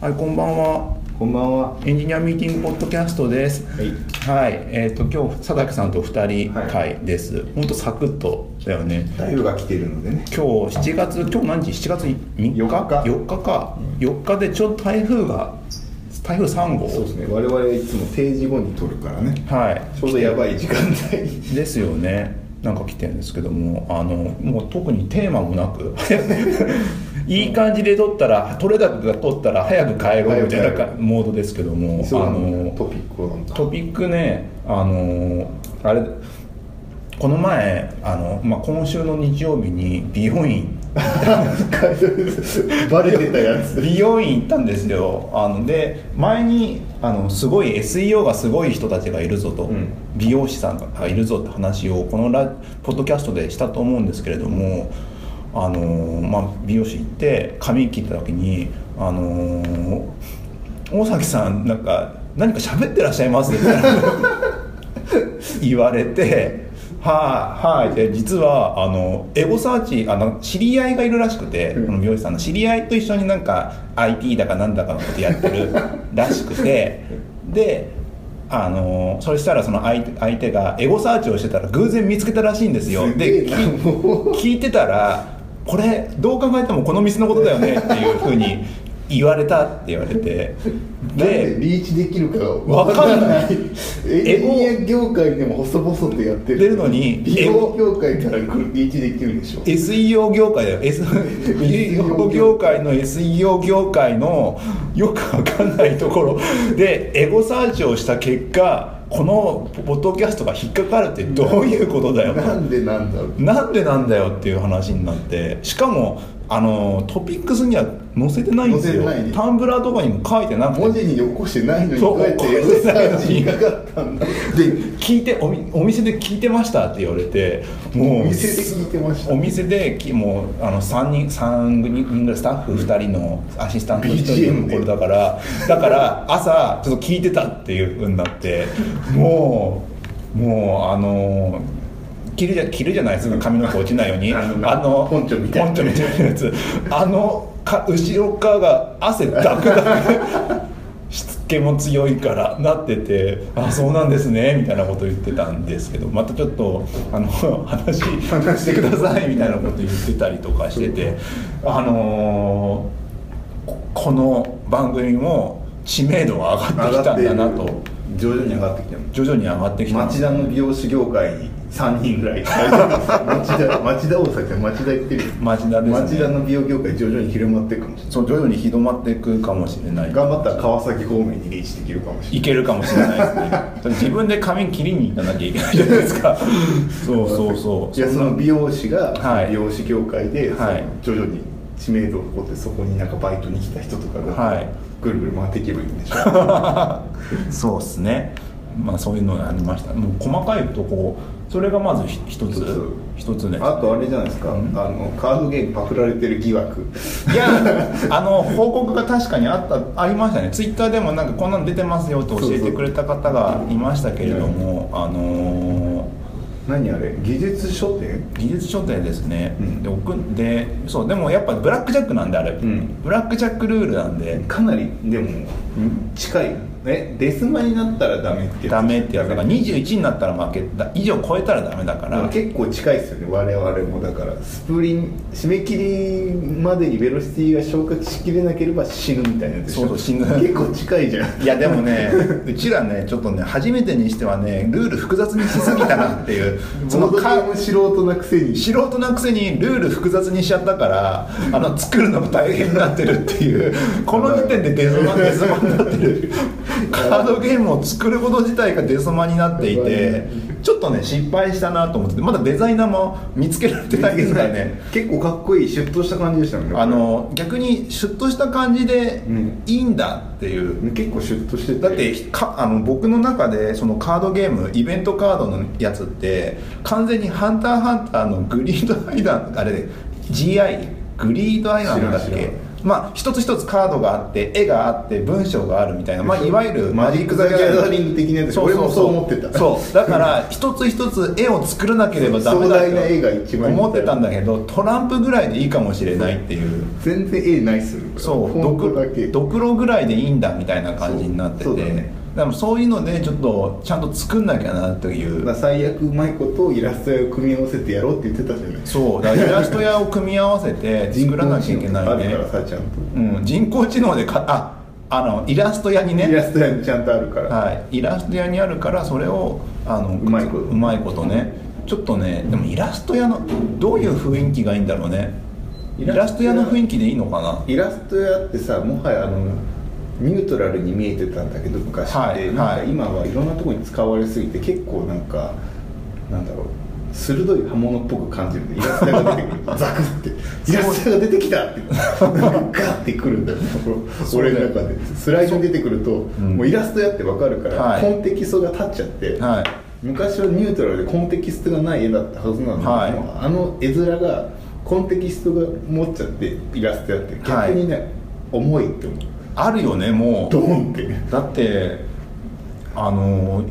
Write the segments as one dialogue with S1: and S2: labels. S1: はい、こんばんは。
S2: こんばんは。
S1: エンジニアミーティングポッドキャストです。
S2: はい。
S1: はい、えっ、と、今日、佐竹さんと二人
S2: はい
S1: 会です。本当ほんとサクッとだよね。
S2: 太陽が来てるのでね。
S1: 今日7月、今日何日 ?7 月3日
S2: 四日
S1: 四日か。4日でちょうど台風が、台風3号。
S2: そうですね。我々いつも定時後に撮るからね。
S1: はい。
S2: ちょうどやばい時間帯。
S1: ですよねなんか来てるんですけどもあのもう特にテーマもな くいい感じで撮ったら取れ高が撮ったら早く帰ろうみたいな
S2: 早く帰
S1: モードですけども
S2: そう
S1: あ
S2: なんだ。ト
S1: の
S2: ピックをなんだ。
S1: トピックねあのあれこの前あの、まあ、今週の日曜日に美容 院
S2: バレてたやつ。
S1: 美容院行ったんですよあので前にあのすごい SEO がすごい人たちがいるぞと、
S2: うん
S1: 美容師さんがいるぞって話をこのラポッドキャストでしたと思うんですけれども、あのーまあ、美容師行って髪切った時に、あのー大崎さんなんか何か喋ってらっしゃいます?」みたいな言われて。はい、はい、で実はあのエゴサーチあの知り合いがいるらしくて、
S2: うん
S1: この美容師さんの知り合いと一緒になんか IT だかなんだかのことやってるらしくてであのそしたらその相手相手がエゴサーチをしてたら偶然見つけたらしいんですよ
S2: すげ
S1: で
S2: えなもう。
S1: 聞いてたら「これどう考えてもこの店のことだよね」っていうふうに言われたって言われて
S2: なんで
S1: で
S2: リーチできるかわ
S1: わ
S2: か
S1: か
S2: ん
S1: ん
S2: な
S1: ないい。
S2: エンジニア業界でも細々とやってる。
S1: 出るのに
S2: 美容業界からリーチできるでしょ。
S1: SEO 業界だよ S- SEO 業界の SEO 業界のよくわかんないところでエゴサーチをした結果このポッドキャストが引っかかるってどういうことだよ
S2: なんでなんだろう。
S1: なんでなんだよっていう話になってしかもあのトピックスには載せてないんですよ
S2: 載せてない
S1: タンブラーとかにも書いてなくて
S2: 文字に起こしてないのに
S1: そ
S2: ど
S1: う
S2: うやってエゴサーチにかかったんだ
S1: で聞いておみお店で聞いてましたって言われてもう
S2: お店で聞いてました
S1: お店できもうあの3人三人ぐらいスタッフ2人のアシスタント1
S2: BGM
S1: 人
S2: で
S1: のこれだからだから朝ちょっと聞いてたっていうふうになってもうもうあの切るじゃ切るじゃないですか髪の毛落ちないように
S2: あ
S1: あ
S2: の
S1: の
S2: ポンチョみたいな
S1: ポンチョみたいなやつあのか後ろ側が汗ダクダクしつけも強いからなってて「あそうなんですね」みたいなこと言ってたんですけどまたちょっとあの 話
S2: 話
S1: してくださいみたいなこと言ってたりとかしててあのーここの番組も知名度が上がってきたんだなと
S2: 徐々に上がってきてる
S1: 徐々に上がってきた
S2: 町田の美容師業界に3人ぐらい町田町田大阪で町田行ってる
S1: 町田ですね
S2: 町田の美容業界徐々に広まっていくかもしれ
S1: そう徐々に広まっていくかもしれな
S2: ない
S1: い
S2: 頑張ったら川崎方面にリーチできるかもしれ
S1: いけるかもしれないですね 自分で髪切りに行かなきゃいけないじゃないです かそうそうそう
S2: ないいやその美容師が、
S1: はい
S2: 美容師業界で、
S1: はい
S2: その徐々に知名度を誇ってそこになんかバイトに来た人とかが、
S1: はい
S2: ぐるぐる回っていけばいいんでしょう
S1: そうですねまあそういうのがありましたもう細かいとこそれがまずひ一
S2: 一
S1: つ
S2: つ
S1: 一つね
S2: あとあれじゃないですか、
S1: うん
S2: あのカードゲームパクられてる疑惑
S1: いや あの報告が確かにあったありましたねツイッターでもなんかこんなの出てますよって教えてくれた方がいましたけれどもあのー
S2: 何あれ技術書店
S1: 技術書店ですね、
S2: うん
S1: で送んでそうでもやっぱブラックジャックなんであれ、
S2: ん
S1: ブラックジャックルールなんで
S2: かなりでも近いえデスマになったらダメってやつ
S1: ダメってやつだから21になったら負けだ以上超えたらダメだか
S2: だからら結構近いですよね我々もだからスプリン締め切りまでにベロシティが消化しきれなければ死ぬみたいなやつでし
S1: そ
S2: ょ
S1: うそう死ぬ
S2: 結構近いじ ゃん
S1: いやでもねうちらねちょっとね初めてにしてはねルール複雑にしすぎたなっていうそ
S2: そ
S1: の
S2: の
S1: か
S2: 間も素人なくせに
S1: 素人なくせにルール複雑にしちゃったからあの作るのが大変になってるっていうこの時点でデソマデソマになってるカードゲームを作ること自体がデソマになっていてちょっとね失敗したなと思っててまだデザイナーも見つけられてないですからね
S2: 結構かっこいいシュッとした感じでしたもんね
S1: あの逆にシュッとした感じで
S2: うん
S1: いいんだっていう、
S2: 結構シュッとしてて
S1: だってかあの僕の中でそのカードゲームイベントカードのやつって完全に「ハンターハンター」のグリードアイランドあれ GI グリードアイランドだっ
S2: 知らん知
S1: けまあ、一つ一つカードがあって絵があって文章があるみたいな、まあ、いわゆるマジック・ザ・ギャ
S2: マジックザギャ
S1: ラ
S2: ラ
S1: リ
S2: リ
S1: ー
S2: ング的なやつ俺もそう思ってた
S1: そうだから一つ一つ絵を作らなければダメだ
S2: 壮大な絵が
S1: っ
S2: 一
S1: て
S2: 枚みたいな
S1: 思ってたんだけどトランプぐらいでいいかもしれないっていう
S2: 全然絵ないっすよ
S1: そう
S2: フォントだけ
S1: ドクドクロぐらいでいいんだみたいな感じになってて
S2: そうそうだね
S1: でもそういうのでちょっとちゃんと作んなきゃなという、
S2: まあ最悪うまいことをイラストを組み合わせてやろうって言ってたじゃない
S1: そうだからイラスト屋を組み合わせ て作らなきゃいけない
S2: 人工知能
S1: ね
S2: あるからさちゃんと
S1: うん、人工知能でかああのイラスト屋にね
S2: イラスト屋にちゃんとあるから、
S1: はい、イラスト屋にあるからそれをあのう
S2: まいこと
S1: うまいことねちょっとねでもイラスト屋のどういう雰囲気がいいんだろうねイ
S2: イ
S1: ラ
S2: ラ
S1: ス
S2: ス
S1: ト
S2: ト
S1: 屋
S2: 屋
S1: の雰囲気でいいのかな
S2: イラスト屋ってさもはやあの、ニュートラルに見えてたんだけど昔って、
S1: はい
S2: なん
S1: は
S2: か
S1: い
S2: 今はいろんなところに使われすぎて結構なんかなんだろう鋭い刃物っぽく感じるんでイラスト屋が出てく るザクってイラスト屋が出てきたってガッてくるんだよ
S1: そうだ
S2: 俺
S1: よ
S2: の中でスライドに出てくると、
S1: ん
S2: もうイラスト屋ってわかるから、
S1: はい
S2: コンテキストが立っちゃって、
S1: はい
S2: 昔はニュートラルでコンテキストがない絵だったはずなのに、
S1: はい
S2: もうあの絵面がコンテキストが持っちゃってイラストやって
S1: は
S2: 逆
S1: い
S2: にね、重いって思う
S1: あるよねも
S2: ドーンって
S1: うだってあの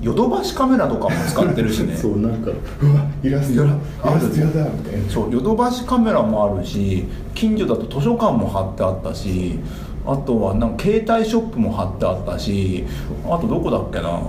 S1: ヨドバシカメラとかも使ってるしね
S2: そうなんかうわイラストだイラストやだみたいな
S1: そうヨドバシカメラもあるし近所だと図書館も貼ってあったしあとはなんか携帯ショップも貼ってあったしあとどこだっけな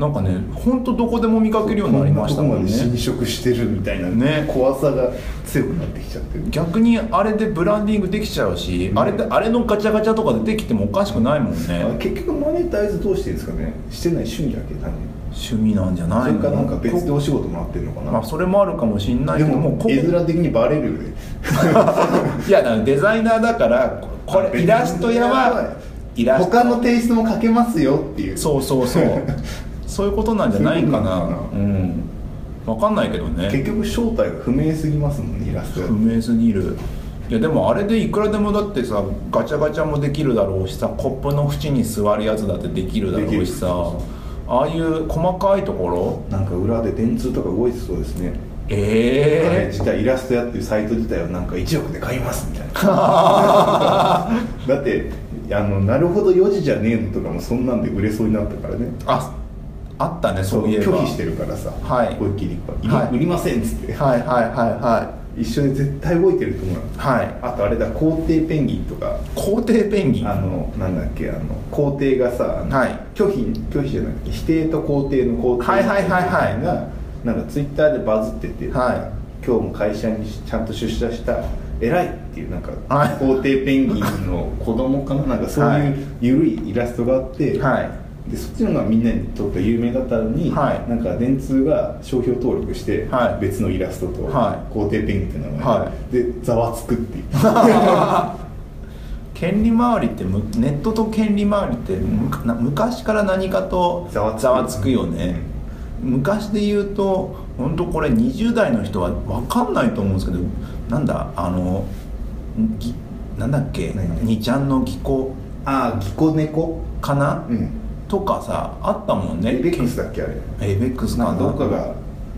S1: なんかねほんとどこでも見かけるようになりましたもん
S2: こなとこまで侵
S1: ね
S2: 食してるみたいな、
S1: ね
S2: 怖さが強くなってきちゃってる
S1: 逆にあれでブランディングできちゃうし、あれであれのガチャガチャとかでできてもおかしくないもん
S2: あ
S1: ね
S2: 結局マネタイズどうしてるんですかねしてない趣味だけ単に
S1: 趣味なんじゃ
S2: そ
S1: ない
S2: れ
S1: の
S2: かなんか別でお仕事もらってるのかな、
S1: まあ、それもあるかもしんない
S2: で
S1: けど
S2: も
S1: もうこ
S2: 絵面的にバレるよね
S1: いやだからデザイナーだからこ
S2: あ
S1: れ
S2: 別
S1: イラスト屋はイラスト
S2: 他のテイストも描けますよっていう
S1: そうそうそう そういうことなんじゃないかな
S2: そういうことなのか
S1: うん分かんないけど
S2: 結
S1: ね
S2: 局正体が不明すぎますもんねイラスト
S1: 不明すぎるいやでもあれでいくらでもだってさガチャガチャもできるだろうしさコップの縁に座るやつだってできるだろうし
S2: で
S1: さああいう細かいところ
S2: なんか裏で電通とか動いてそうですね、あれ
S1: え
S2: 自体イラスト屋っていうサイト自体はなんか1億で買いますみたいな だってあのなるほど4時じゃねえのとかもそんなんで売れそうになったからね
S1: えああったねそういえば
S2: 拒否してるからさ、
S1: はい
S2: 思いっきりいっぱいいり、
S1: はい
S2: 売りませんっつって
S1: はいはいは
S2: 一緒に絶対動いてると思う
S1: いはいはい
S2: あとあれだ皇帝ペンギンとか
S1: 皇帝ペンギン
S2: あのなんだっけあの皇帝がさ、あの
S1: はい
S2: 拒否拒否じゃなくて否定と肯定の肯定
S1: はいはいはいはい
S2: がなんかツイッターでバズってて、
S1: は
S2: 今日も会社にちゃんと出社した偉いっていうなんか
S1: はい
S2: 肯定ペンギンの子供かななんかそういう緩いイラストがあって、
S1: はい
S2: でそっちのがみんなにとって有名だったのに、
S1: はい
S2: なんか電通が商標登録して、
S1: はい
S2: 別のイラストと
S1: はい
S2: 肯定ペンギンって名前で,、
S1: は
S2: でざわつ くっていう
S1: 権利回りってむネットと権利回りってむかな昔から何かと
S2: ざわつく
S1: くよね、昔で言うと本当これ20代の人は分かんないと思うんですけどなんだあのぎなんだっけ
S2: 何々
S1: にちゃんの技巧
S2: ああぎこ猫
S1: かな、
S2: うん
S1: とかさあったもんね
S2: エイベックスだっけあれ
S1: エイベックスか
S2: な
S1: なん
S2: かどっかが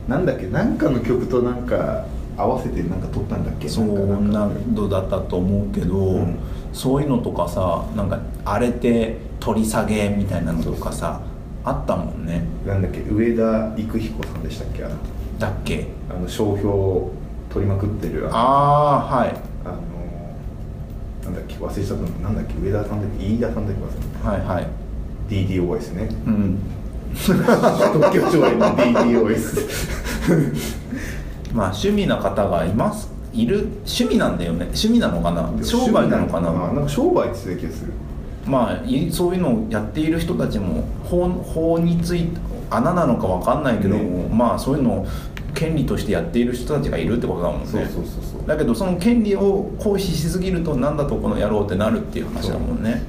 S2: なんだっけなんかの曲となんか合わせてなんか撮ったんだっけ
S1: そ
S2: な
S1: うん
S2: か
S1: な
S2: なんか
S1: どだったと思うけど、
S2: ん
S1: そういうのとかさなんか荒れて取り下げみたいなのとかさあったもんね
S2: なんだっけ上田育彦さんでしたっけあの
S1: だっけ
S2: あの商標を取りまくってるあ
S1: ああはい
S2: のなんだっけ忘れちゃったのなんだっけ上田さんだっけ飯田さんだっけ忘れちゃっ
S1: はいはい
S2: た DDOS ですね
S1: うん
S2: 特許庁への DDOS
S1: まあ趣味な方がいますいる趣味なんだよね趣味なのかな 商売なのかな
S2: なんか商売って言ってた気がする
S1: まあいそういうのをやっている人たちも法法について穴なのかわかんないけども、まあそういうのを権利としてやっている人たちがいるってことだもんね
S2: そうそうそうそう
S1: だけどその権利を行使しすぎるとなんだとこの野郎ってなるっていう話だもんね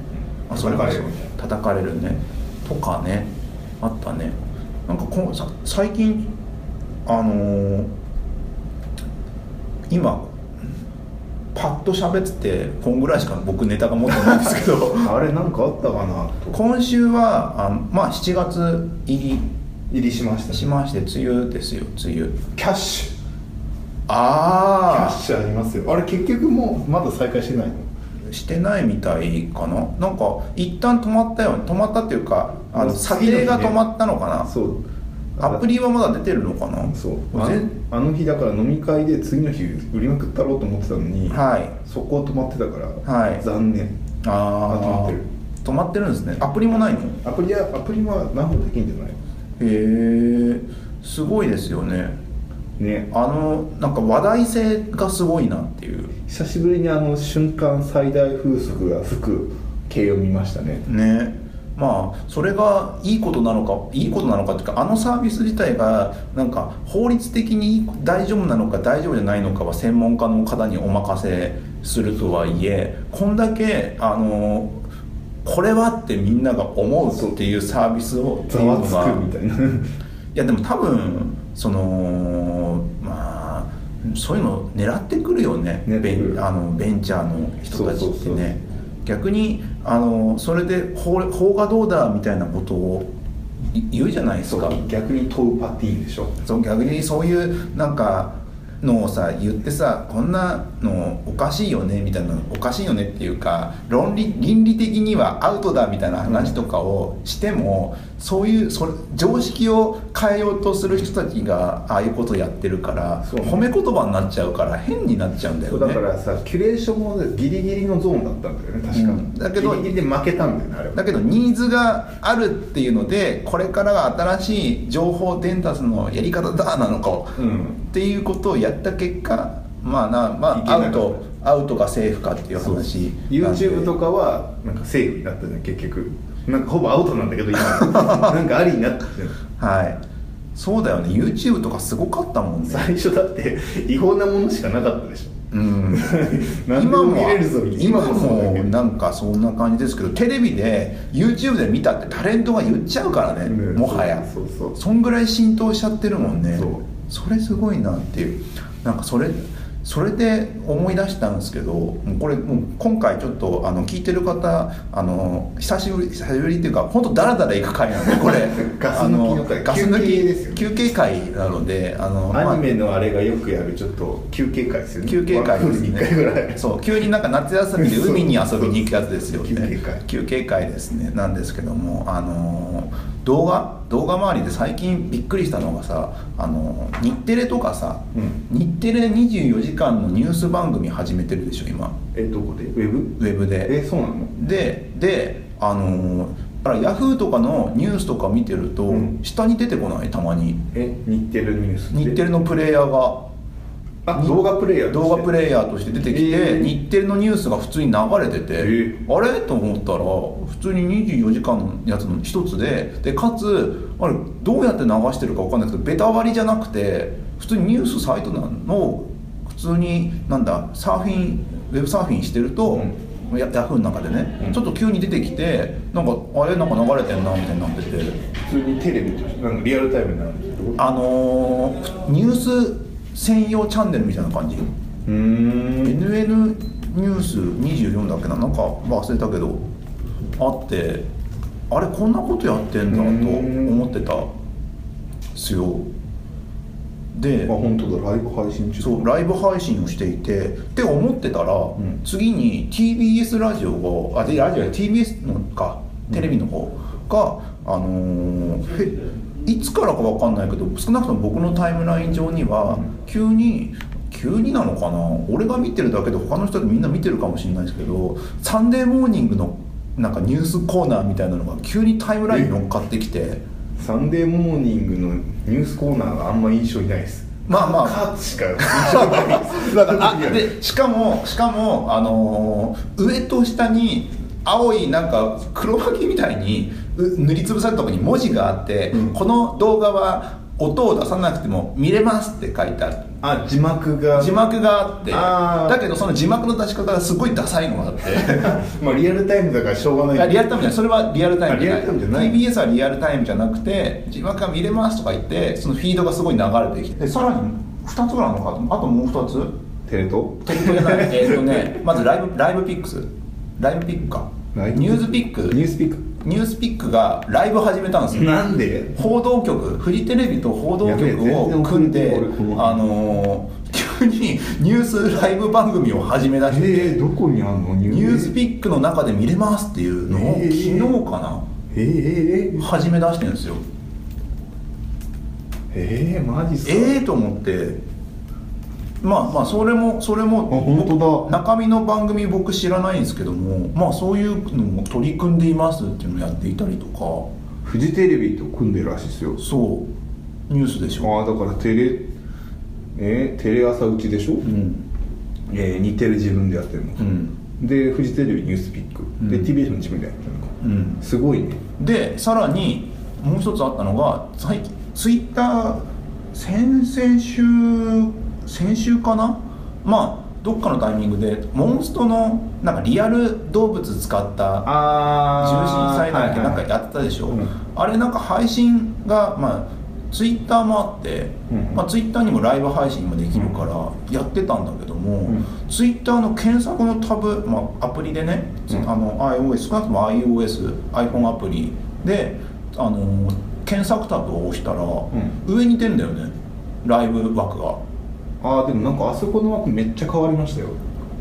S2: そ
S1: あ
S2: う
S1: それこそ
S2: 叩かれるみたい
S1: 叩かれるねとかねあったねなんかこうさ最近あのー今パッと喋っててこんぐらいしか僕ネタが持ってないんですけ ど
S2: あれなんかあったかなと
S1: 今週はあまあ7月入
S2: 入りしました
S1: り
S2: ね
S1: しまして梅雨ですよ梅雨
S2: キャッシュキャ
S1: あ
S2: ッシュありますよあれ結局もうまだ再開してないの
S1: あしてないみたいかななんか一旦止まったよね止まったっていうかあの
S2: もう
S1: 査
S2: 次の
S1: 定
S2: 日ね
S1: が止まったのかな
S2: そう
S1: アプリはまだ出てるのかな
S2: そうあ
S1: ぜ
S2: のあの日だから飲み会で次の日売りまくったろうと思ってたのに、
S1: はい
S2: そこ止まってたから、
S1: はい
S2: 残念
S1: あ
S2: 止ま
S1: あ
S2: ってる
S1: 止まってるんですねアプリもないのへ
S2: アプリはアプリは何本できんじゃない
S1: えすごいですよね
S2: ね
S1: あのなんか話題性がすごいなっていう
S2: 久しぶりにあの瞬間最大風速が吹く系を見ましたね
S1: ねまあそれがいいことなのかいいことなのかっていうかあのサービス自体がなんか法律的に大丈夫なのか大丈夫じゃないのかは専門家の方にお任せするとはいえこんだけあのこれはってみんなが思うっていうサービスを
S2: ざわつ
S1: っていう
S2: く
S1: のが
S2: みたいない
S1: やでも多分そのまあそういうの狙ってくるよね
S2: 狙ってくる
S1: ベンあのベンチャーの人たちってね
S2: そうそうそう
S1: 逆にあのそれで法法がどうだみたいなことをい言うじゃないですか
S2: 逆に問うパティーでしょ
S1: そう逆にそういうなんかのをさ言ってさこんなのおかしいよねみたいなおかしいよねっていうか論理倫理的にはアウトだみたいな話とかをしてもそういうそれ常識を変えようとする人たちがああいうことやってるから、
S2: そうね
S1: 褒め言葉になっちゃうから変になっちゃうんだよ
S2: そう
S1: ね。
S2: だからさキュレーションもねギリギリのゾーンだったんだよね確か、
S1: うんだけど
S2: ギリギリで負けたんだよねあれは
S1: だけどニーズがあるっていうのでこれからが新しい情報伝達のやり方だなのかを、
S2: うん
S1: っていうことをやった結果まあな、ま
S2: いけ
S1: あ、
S2: な
S1: ア
S2: かった
S1: ウトアウトかセーフかっていう話
S2: そう
S1: なんで
S2: YouTube とかはなんかセーフになったじゃん結局なんかほぼアウトなんだけど 今なんかありになったじゃん
S1: はいそうだよね YouTube とかすごかったもんね
S2: 最初だって違法なものしかなかった でしょ
S1: うん
S2: 何でも見れるぞみたいな
S1: 今も
S2: そうだけど
S1: なんかそんな感じですけどテレビで YouTube で見たってタレントが言っちゃうからね、
S2: ね
S1: もはや
S2: そうそうそうん
S1: ぐらい浸透しちゃってるもんね
S2: そう
S1: それすごいなっていうなんかそれそれで思い出したんですけどもうこれもう今回ちょっとあの聞いてる方あの久しぶり久しぶりっていうか本当ダラダラ行く回なんでこれ
S2: ガス抜きの回
S1: あガス抜
S2: 休憩ですよ
S1: き
S2: ね
S1: 休憩会なのであの
S2: アニメのあれがよくやるちょっと休憩会ですよね
S1: 休憩会です
S2: 1回ぐら
S1: ね
S2: い
S1: そう急になんか夏休みで海に遊びに行くやつですよね
S2: 休憩会
S1: 休憩会ですねなんですけどもあのー動画動画周りで最近びっくりしたのがさあのー日テレとかさ、
S2: う
S1: 日テレ24時間のニュース番組始めてるでしょ今
S2: えどこでウェブ
S1: ウェブで
S2: えそうなの
S1: でであのーだからヤフーとかのニュースとか見てると、
S2: うん
S1: 下に出てこないたまに
S2: え日テレニュースで
S1: 日テレのプレイヤーが
S2: あ動画プレイヤーとして
S1: 動画プレイヤーとして出てきて、
S2: えー
S1: 日テレのニュースが普通に流れてて、
S2: え
S1: あれと思ったら普通に24時間のやつの一つででかつあれどうやって流してるか分かんないけどベタ割りじゃなくて普通にニュースサイトなのを普通になんだサーフィンウェブサーフィンしてると、やヤフーの中でね、
S2: うん
S1: ちょっと急に出てきてなんかあれなんか流れてんなみたいになってて
S2: 普通にテレビとしてなんかリアルタイムになるんですけど
S1: あのーニュース専用チャンネルみたいな感じ。
S2: うーん
S1: NN ニュース24だっけななんか忘れたけどあってあれこんなことやってんだと思ってたっすよで
S2: あ本当だライブ配信中
S1: そうライブ配信をしていてって思ってたら、
S2: ん
S1: 次に TBS ラジオがあでラジオや TBS のかテレビの方が、あのーへいつからかわかんないけど少なくとも僕のタイムライン上には急に急になのかな俺が見てるだけで他の人でみんな見てるかもしれないですけど「サンデーモーニング」のなんかニュースコーナーみたいなのが急にタイムラインに乗っかってきて。
S2: サンデーモーニングのニュースコーナーがあんま印象にないです
S1: まあまあ
S2: カーツしか印象にないです
S1: だからあでしかもしかも、あのー上と下に青いなんか黒書きみたいにう塗りつぶされたところに文字があって、
S2: うん
S1: この動画は音を出さなくても見れますって書いてある
S2: あ字幕が
S1: 字幕があって
S2: あー
S1: だけどその字幕の出し方がすごいダサいのがあって
S2: まあリアルタイムだからしょうが
S1: い
S2: な
S1: や
S2: い
S1: リアルタイムじゃないそれはリアルタイムじゃ
S2: あリアルタイムじゃ
S1: な
S2: ないい
S1: TBS はリアルタイムじゃなくて字幕が見れますとか言ってそのフィードがすごい流れてきてでさらに2つぐらいあるのかなあともう2つ
S2: テレ東
S1: トップじゃないえっとね まずライブライブピックスライブピックか
S2: ライブ
S1: ニュースピック
S2: ニュースピッ
S1: ニュースピックがライブ始めたんです
S2: ク
S1: よ
S2: なんで
S1: 報道局フジテレビと報道
S2: やべえ
S1: 局
S2: 全然
S1: を組んで
S2: 俺この
S1: あのー急にニュースライブ番組を始めだしてて、
S2: えー、どこにあんのニ
S1: ニュース
S2: ッ
S1: ピックの中で見れますっていうのを
S2: え
S1: 昨
S2: ー
S1: 日かな、
S2: えー、
S1: 始め出してるんですよ
S2: えー、マジっすか
S1: ええと思ってまあまあそれもそれも
S2: あ本当だ
S1: 中身の番組僕知らないんですけどもまあそういうのも取り組んでいますっていうのをやっていたりとか
S2: フジテレビと組んでるらしいですよ
S1: そうニュースでしょ、
S2: ああだからテレえー、テレ朝うちでしょ、
S1: うん
S2: えー、日テレ自分でやってるの
S1: う
S2: か、
S1: ん
S2: でフジテレビニュースピック、で
S1: うん
S2: TBS も自分でやってるのか
S1: うん
S2: すごいね
S1: でさらにもう一つあったのが最近ツイッター先々週先週かなまあどっかのタイミングでモンストのなんかリアル動物使った
S2: あ
S1: 獣神祭だっけ
S2: は
S1: ないんか
S2: はい
S1: やってたでしょ、
S2: うん
S1: あれなんか配信がまあツイッターもあって、
S2: うん
S1: まあ、ツイッターにもライブ配信もできるからやってたんだけども、
S2: うん
S1: ツイッターの検索のタブ、まあ、アプリでね、
S2: うん
S1: あの iOS 少なくとも iOSiPhone アプリであの検索タブを押したら、
S2: ん
S1: 上に出るんだよねライブ枠が
S2: ああでもなんかあそこの枠めっちゃ変わりましたよ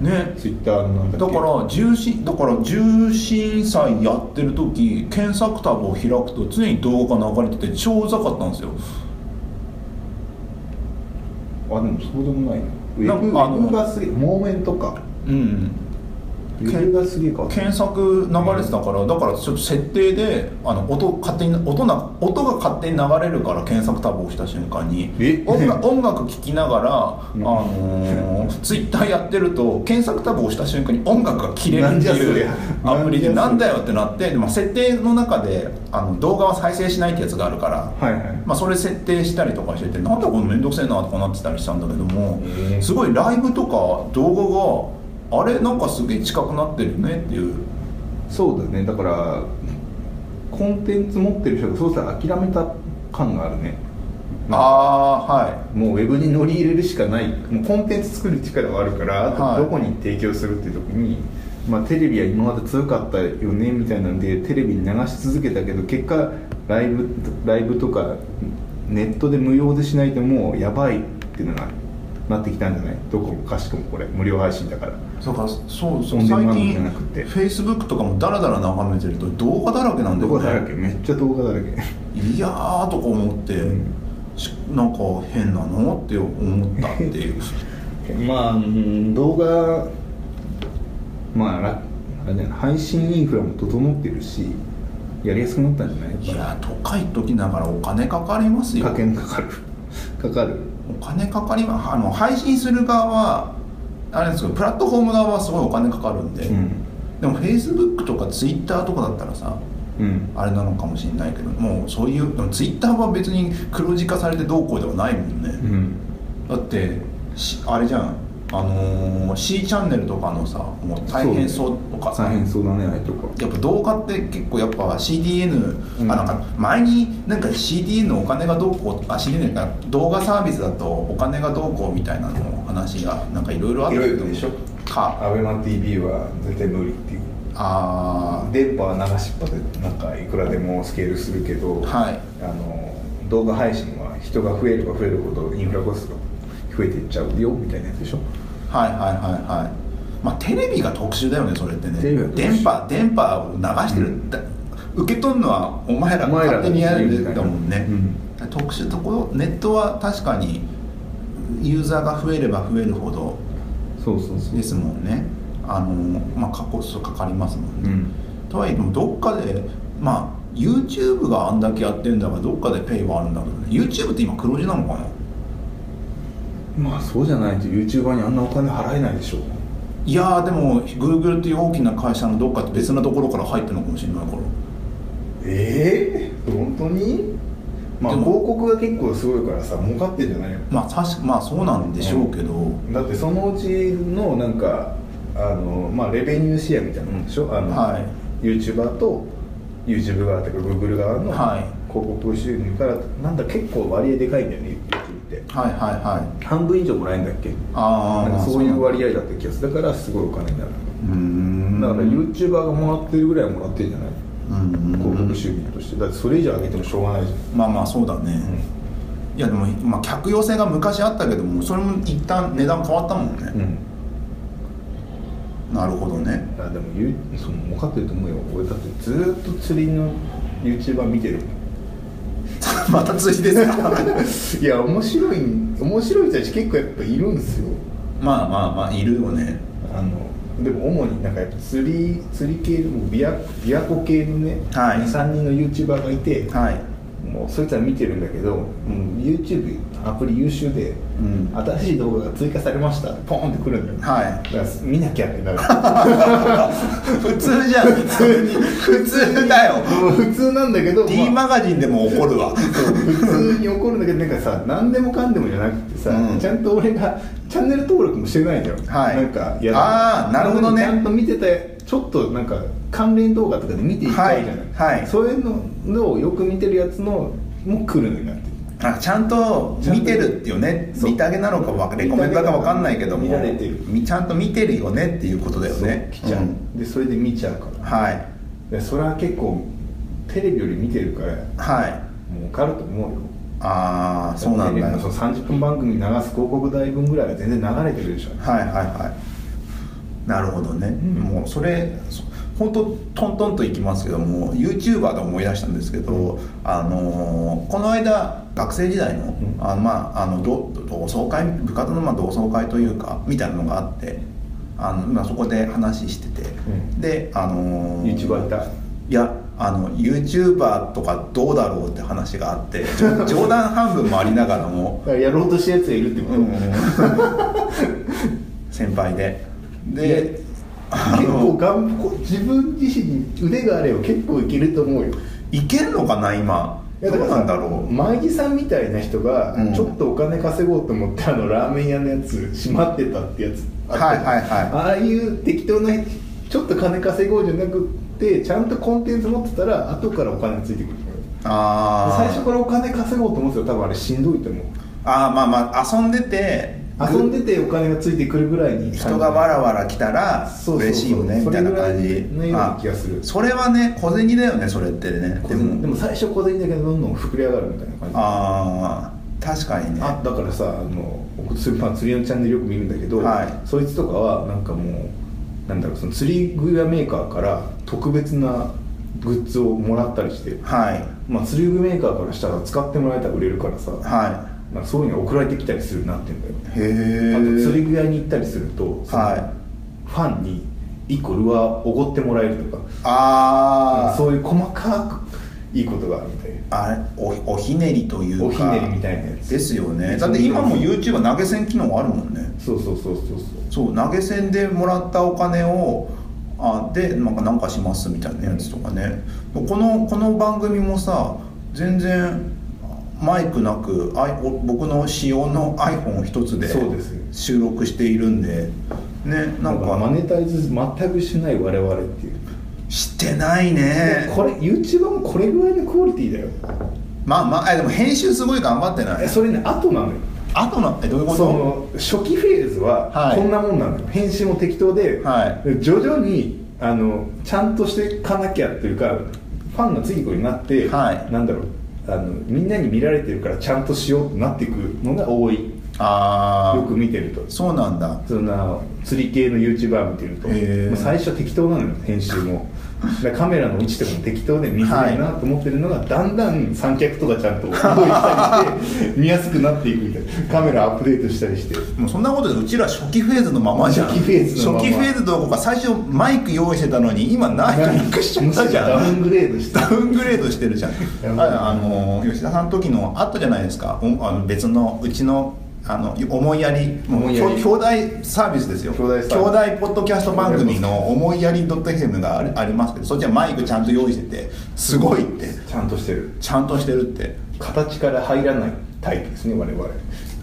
S1: ね
S2: ツイッターのなんだ
S1: だ
S2: っ
S1: か
S2: け
S1: ら重心だから重心祭やってる時検索タブを開くと常に動画が流れてて超うざかったんですよ
S2: あでもそうでもないな
S1: な
S2: ウ
S1: んか
S2: ェブウ
S1: あの
S2: ェブがすげえモーメントか
S1: うん
S2: ウェブがすげえ変わった
S1: 検索流れてたからだからちょっと設定であの音勝手に音な音が勝手に流れるから検索タブを押した瞬間に
S2: え
S1: 音楽 音楽聴きながら、
S2: うん
S1: あの ー、ツイッターやってると検索タブを押した瞬間に音楽が切れる
S2: な
S1: っ
S2: ん
S1: て
S2: じゃそ
S1: い
S2: り
S1: う
S2: ゃ
S1: アプリでな
S2: なんんじ
S1: だよってなって、まあ、設定の中であの動画は再生しないってやつがあるから。
S2: はいはい
S1: まあ、それ設定したりとかしててなんだこの面倒くせえなとかなってたりしたんだけども
S2: へえ
S1: すごいライブとか動画があれなんかすげえ近くなってるよねっていう
S2: そうだねだからコンテンツ持ってる人がそうしたら諦めた感があるね
S1: ああーはい
S2: もうウェブに乗り入れるしかないもうコンテンツ作る力はあるから、
S1: はい
S2: どこに提供するっていう時に、まあ、テレビは今まで強かったよねみたいなんでテレビに流し続けたけど結果ライブライブとかネットで無料でしないともうやばいっていうのがなってきたんじゃないどこもかしこもこれ無料配信だから
S1: そうかそうそ
S2: オ
S1: う
S2: ンデ
S1: 最
S2: マンド
S1: 近
S2: じゃなくて
S1: フェイスブックとかもダラダラ眺めてると動画だらけなんだ
S2: 動
S1: よ
S2: 画だらけ
S1: ね
S2: めっちゃ動画だらけ
S1: いやーとか思って、
S2: ん
S1: しなんか変なのって思ったっていう
S2: まあ、うん動画まあらあれだよな配信インフラも整ってるしやりやすくなったんじゃない
S1: い
S2: やっぱ
S1: やー都会行っときながらお金かかります
S2: り
S1: よ
S2: かけんかかるかかる
S1: お金かかりまあの配信する側はあれですけどプラットフォーム側はすごいお金かかるんで、
S2: うん
S1: でもフェイスブックとかツイッターとかだったらさ
S2: うん
S1: あれなのかもしれないけどもうそういうでもツイッターは別に黒字化されてどうこうではないもんね、
S2: うん
S1: だってしあれじゃんあのー、C チャンネルとかのさもう大変そうとかさ
S2: 大変そうだねあれとか
S1: やっぱ動画って結構やっぱ CDN、
S2: うん
S1: あなんか前になんか CDN のお金がどうこうあ CDN か動画サービスだとお金がどうこうみたいなの話がなんかいろいろあったけ
S2: いろい
S1: ど
S2: ろでしょ
S1: か
S2: ベマ t v は絶対無理っていう
S1: あ
S2: 電波は流しっぱでなんかいくらでもスケールするけど
S1: ーはい
S2: あの動画配信は人が増えれば増えるほどインフラコストが増えていっちゃうよみたいなやつでしょ
S1: はいはいはいはいまあテレビが特殊だよねそれってね
S2: テレビが特殊
S1: 電波電波を流してる、
S2: うん
S1: だ受け取るのはお前ら
S2: お前ら
S1: 勝手にやるんだもん
S2: う
S1: ね、
S2: ん
S1: 特殊ところネットは確かにユーザーが増えれば増えるほど
S2: そうそうそう
S1: ですもんねあのまあ過コストかかりますもん
S2: う
S1: ね、
S2: ん
S1: とはいえでもどっかでまあ YouTube があんだけやってんだからどっかでペイはあるんだけどね YouTube って今黒字なのかな
S2: まあそうじゃないと YouTuber にあんなお金払えないでしょ
S1: いやーでも Google っていう大きな会社のどっかって別なところから入ってるのかもしれないから
S2: ええ本当にまあ
S1: でも
S2: 広告が結構すごいからさ儲かってんじゃないよ
S1: まあ確かまあそうなんでしょうけど、
S2: だってそのうちのなんかあのまあレベニューシェアみたいなもんでしょあの、
S1: は
S2: YouTuber と YouTube 側というか Google 側の
S1: はい
S2: 広告収入からなんだ結構割合でかいんだよね YouTube って
S1: はいはいはい
S2: 半分以上もらえんだっけ
S1: あ
S2: なん
S1: あ
S2: かそういう割合だった気がするだからすごいお金になる
S1: うーん
S2: だから YouTuber がもらってるぐらいはもらってるんじゃない
S1: うんうんうん
S2: 広告収入としてだってそれ以上上げてもしょうがないじゃん
S1: まあまあそうだね、いやでも、まあ、客寄せが昔あったけどもそれも一旦値段変わったもんね、
S2: うん
S1: なるほどね
S2: あでもゆその儲かってると思うよ俺だってずーっと釣りの YouTuber 見てるも ん
S1: また釣りですか
S2: いや面白い面白い人たち結構やっぱいるんですよ
S1: まあまあまあいるよね
S2: あのでも主になんかやっぱ釣り釣り系のもう琵琶琵琶湖系のね、
S1: はい
S2: 23人の YouTuber がいて、
S1: はい
S2: もうそいつら見てるんだけど、もう YouTube アプリ優秀で、
S1: うん
S2: 新しい動画が追加されましたポーンってくるんだよ、
S1: はい
S2: だから見なきゃってなる
S1: 普通じゃん普通に普通だよ
S2: もう普通なんだけど、
S1: D
S2: ま
S1: マ
S2: あ
S1: ガジンでも怒るわ
S2: そう普通に怒るんだけどなんかさ何でもかんでもじゃなくてさ、
S1: うん
S2: ちゃんと俺がチャンネル登録もしてないのよ、
S1: はい
S2: なんか
S1: あーなるほどね
S2: ちゃんと見ててちょっとなんか関連動画とかで見ていきたいじゃない、
S1: はいはい
S2: そういうのをよく見てるやつのも来るのになってる
S1: あちゃんと見てるってよね
S2: そう
S1: 見たげなのかわかレコメンドかわかんないけども
S2: 見られてる
S1: みちゃんと見てるよねっていうことだよね
S2: そう来ちゃう、
S1: ん
S2: でそれで見ちゃうから
S1: はい
S2: でそれは結構テレビより見てるからも
S1: は
S2: う受かると思うよ
S1: いああそうなん
S2: テレ
S1: だ
S2: ビ
S1: よ
S2: のその30分番組に流す広告代分ぐらいは全然流れてるでしょ
S1: はいはいはいなるほどね、
S2: ん
S1: もうそれそ本当トントンといきますけども YouTuber で思い出したんですけど、あのーこの間学生時代の,、
S2: ん
S1: あのまああの同同窓会部活のまあ同窓会というかみたいなのがあってあの、まあ、そこで話してて、
S2: うん
S1: であのー
S2: YouTuber いた
S1: いやあの YouTuber とかどうだろうって話があってちょ冗談半分もありながらも
S2: だからやろうとしたやつがいるってこと、
S1: 先輩で
S2: で
S1: であ
S2: 結構
S1: の
S2: 頑固自分自身に腕があれば結構いけると思うよ
S1: いけんのかな今
S2: いや
S1: どう
S2: さ
S1: なんだろう
S2: 前木さんみたいな人が
S1: うん
S2: ちょっとお金稼ごうと思って、あのラーメン屋のやつ閉まってたってやつあった
S1: はいはいはい
S2: ああいう適当なちょっと金稼ごうじゃなくってちゃんとコンテンツ持ってたら後からお金ついてくる
S1: あ
S2: 最
S1: ー
S2: 初からお金稼ごうと思ってたら多分あれしんどいと思う
S1: あーまあまあ遊んでて
S2: 遊んでてお金がついてくるぐらいに
S1: 人がわらわら来たら
S2: そうそうそう
S1: 嬉しいよねみたいな感
S2: それ
S1: じ
S2: ぐらいのような気がする
S1: あそれはね小銭だよねそれってね
S2: 小
S1: で
S2: 銭で
S1: も
S2: も最初小銭だけどどんどん膨れ上がるみたいな感じ
S1: ああ確かにね
S2: あだからさあの僕釣り,、まあ、釣りのチャンネルよく見るんだけど、
S1: はい
S2: そいつとかはなんかもうなんだろうその釣り具屋メーカーから特別なグッズをもらったりして、
S1: はい
S2: まあ、釣り具メーカーからしたら使ってもらえたら売れるからさ、
S1: は
S2: なんかそういうのが送られてきたりするなってんだよ、
S1: いへえ
S2: あと釣り具屋に行ったりするとその
S1: は
S2: ファンに1個ルアーおごってもらえるとか
S1: ああ
S2: そういう細かくいいことがあるみたい
S1: あれおおひねりというか
S2: おひねりみたいなやつ
S1: ですよねだって今も YouTube は投げ銭機能あるもんね
S2: そうそうそうそうそう
S1: そう投げ銭でもらったお金をあでなんかなんかしますみたいなやつとかね、このこの番組もさ全然マイクなくあいお僕の使用の iPhone 一つで
S2: そうですね
S1: 収録しているんでねな
S2: なん
S1: ん
S2: かマ
S1: か
S2: ネタイズ全くしない我々っていう、
S1: してないね
S2: これ YouTuber もこれぐらいのクオリティだよ
S1: まあまあえでも編集すごい頑張ってない
S2: えそれね後なのよ
S1: あとなえどういうこ
S2: そ
S1: と
S2: の初期フェーズは
S1: はい
S2: こんなもんなのよ、編集も適当で、
S1: は
S2: 徐々にあのちゃんとしてかなきゃっていうかファンがついてくるようになって、
S1: はい
S2: なんだろうあのみんなに見られてるからちゃんとしようってなっていくのが多い
S1: ああ
S2: よく見てると
S1: そうなんだ
S2: そんな釣り系の YouTuber 見てると、
S1: へー
S2: もう最初適当なのよ編集もだからカメラの位置とかも適当で見づらいなと思ってるのが、だんだん三脚とかちゃんと用意したりして見やすくなっていくみたいなカメラアップデートしたりして
S1: もうそんなことでうちら初期フェーズのままじゃん
S2: 初期フェーズのまま
S1: 初期フェーズどころか最初マイク用意してたのに今ないとびっくりしちゃったじゃ
S2: むしろダウン
S1: ん
S2: グレードして
S1: ダウングレードしてるじゃん
S2: やばい
S1: ああの吉田さんの時のあったじゃないですかおあの別のうちのあの思いやりも
S2: 思
S1: う
S2: い
S1: き
S2: や
S1: ょ
S2: り
S1: 兄弟サービスですよ
S2: 兄弟サービス
S1: 兄弟ポッドキャスト番組の「思いやり .fm」がありありますけどそっちはマイクちゃんと用意しててすごいって
S2: ちゃんとしてる
S1: ちゃんとしてるって
S2: 形から入らないタイプですね我々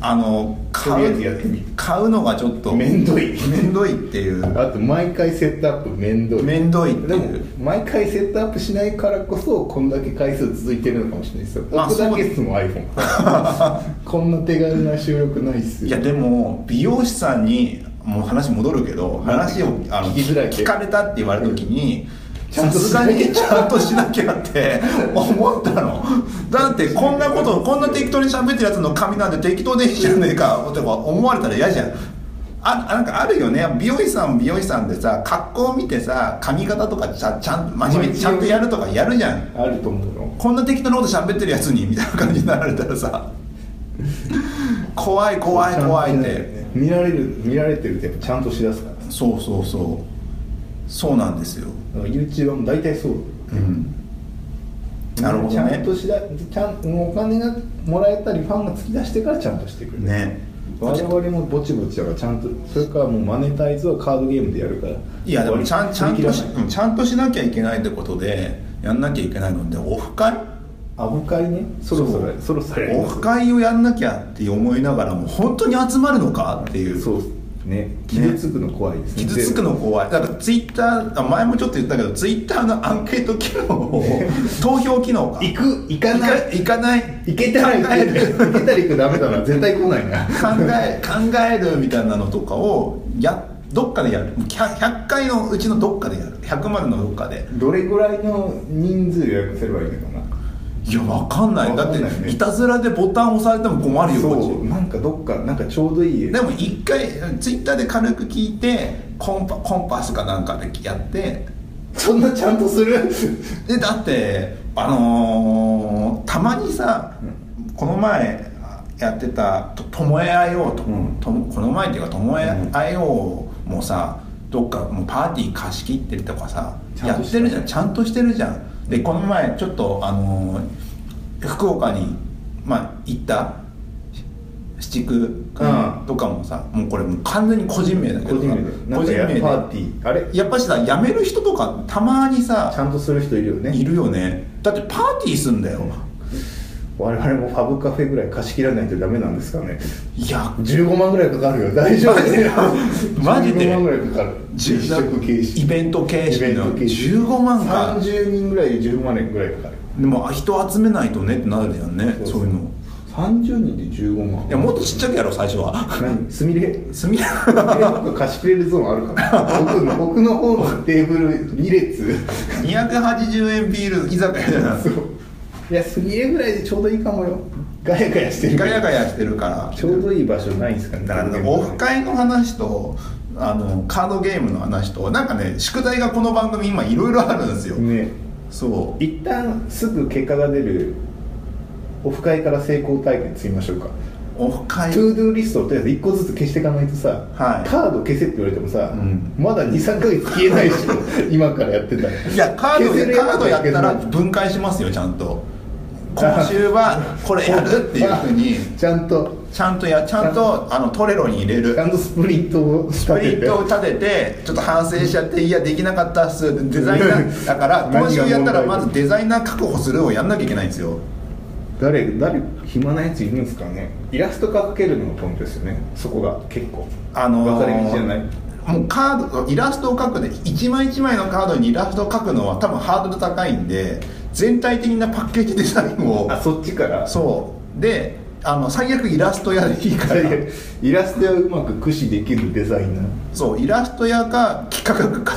S1: あの買
S2: とりあえずやってみる
S1: う買うのがちょっと
S2: めんどい
S1: めんどいっていう
S2: あと毎回セットアップ面倒
S1: めんどいって
S2: でも
S1: いう
S2: 毎回セットアップしないからこそこんだけ回数続いてるのかもしれないですよ
S1: あ
S2: 僕だけっすもん iPhone こんな手軽な収録ないっす
S1: いやでも美容師さんにもう話戻るけど話をあの
S2: 聞きづらい
S1: 聞かれたって言われた時に、
S2: ゃん
S1: さ
S2: と
S1: すがにちゃんとしなきゃって思ったのだってこんなことこんな適当に喋ってるやつの髪なんて適当でいいじゃねえかとか思われたら嫌じゃんあなんかあるよね美容師さんも美容師さんでさ格好を見てさ髪型とかちゃちゃん真面目にちゃんとやるとかやるじゃん
S2: あると思うよ
S1: こんな適当なこと喋ってるやつにみたいな感じになられたらさ怖い怖い怖いって、
S2: 見られる見られてるってちゃんとしだすからだか
S1: そうそうそうそうなんですよ、
S2: ら YouTuber も大体そう
S1: うん、なるほ
S2: ち
S1: ど
S2: ゃ
S1: ね
S2: んとしだちゃんお金がもらえたりファンが突き出してからちゃんとしてくれる
S1: ね
S2: 我々もぼちぼちだからちゃんとそれからもうマネタイズはカードゲームでやるから
S1: いやでもちゃんちゃんとし
S2: 振り切
S1: うんちゃんとしなきゃいけないってことでやんなきゃいけないのでオフ会
S2: らないアブ会ねそろそろ
S1: う
S2: そろそろやり
S1: オ
S2: ます
S1: フ会をやんなきゃって思いながらも本当に集まるのかっていう
S2: そうね傷つくの怖いですね
S1: 傷つくの怖いだからツイッターあ前もちょっと言ったけどツイッターのアンケート機能を投票機能か
S2: 行く行かない
S1: 行かない
S2: 行けたら行
S1: 考
S2: け
S1: え
S2: る
S1: る
S2: 行けたら行くダメだな絶対来ないな
S1: 考え 考えるみたいなのとかをやどっかでやる 100, 100回のうちのどっかでやる100までのどっかで
S2: どれぐらいの人数予約すればいいのかない
S1: やわかんないだっ
S2: わかんない
S1: て
S2: ね
S1: いたずらでボタン押されても困るよ
S2: そ
S1: こ
S2: うなんかどっかなんかちょうどい
S1: っ
S2: い
S1: ちでも一回ツイッターで軽く聞いてコンパコンパスかなんかでやって
S2: そんなちゃんとする
S1: でだってあのーたまにさ、この前やってた「ともえ IO と」
S2: うん
S1: とこの前っていうか「ともえ
S2: うん
S1: IO」もさどっかもうパーティー貸し切ってるとかさ
S2: ちゃ
S1: や
S2: んと
S1: っ
S2: しててる
S1: るじゃんちゃんとしてるじゃんでこの前ちょっとあのー福岡にまあ行った七区
S2: うん
S1: とかもさ、もうこれもう完全に個人名だけどさ
S2: 個人名だよなんかやパーティーあれ
S1: やっぱしさ辞める人とかたまにさ
S2: ちゃんとする人いるよ
S1: い
S2: ね
S1: るよねだってパーティーすんだよ
S2: 我々もファブカフェぐらい貸し切らないとダメなんですかね
S1: いや
S2: 15万ぐらいかかるよ大丈夫
S1: マジでマジで
S2: 15万ぐらいかかる
S1: じ
S2: 実食形式
S1: イベント形式の
S2: イベント形式
S1: 15万か
S2: 30人ぐらいで15万円ぐらいかかる
S1: でも人集めないとねってなるじゃんねそういうの
S2: 30人で15万
S1: いやもっとちっちゃくやろう最初 は
S2: 何すみれ
S1: すみ
S2: 貸し切れるゾーンあるから奥の奥の方のテーブル2列
S1: 280円ビール居酒屋じゃない
S2: そういやすみれぐらいでちょうどいいかもよガヤガヤしてる
S1: ガヤガヤしてるから
S2: ちょうどいい場所ないんすかね
S1: だからねオフ会の話とあのカードゲームの話となんかね宿題がこの番組今いろいろあるんですよ
S2: ね
S1: そう
S2: 一旦すぐ結果が出るオフ会から成功体験つきましょうか
S1: オフ会
S2: トゥードゥーリストをとりあえず1個ずつ消していかないとさ、
S1: はい
S2: カード消せって言われてもさ、
S1: ん
S2: まだ23ヶ月消えないでしょ今からやってたら
S1: いやカード
S2: 消せる
S1: で
S2: やつ
S1: カードやったら
S2: だけど
S1: 分解しますよちゃんと今週はこれやるっていうふうに
S2: ちゃんと
S1: ちゃんとやちゃんとあのトレロに入れる
S2: ちゃんとスプリントを仕
S1: スプ
S2: 立
S1: リ
S2: て
S1: ン
S2: て
S1: トを立ててちょっと反省しちゃっていやできなかったっすデザイナーだから
S2: 何が
S1: 今週やったら
S2: 問題
S1: まずデザイナー確保するをやんなきゃいけないんですよ
S2: 誰誰暇なやついるんですかねイラスト描けるのがポイントですよねそこが結構
S1: あのー
S2: 分かれ道じゃない
S1: もうカードイラストを描くで一枚一枚のカードにイラストを描くのは多分ハードル高いんで全体的なパッケージデザインを
S2: あそっちから
S1: そうであの最悪イラスト屋でいいから
S2: イラストをうまく駆使できるデザイナー
S1: そうイラスト屋か幾何学か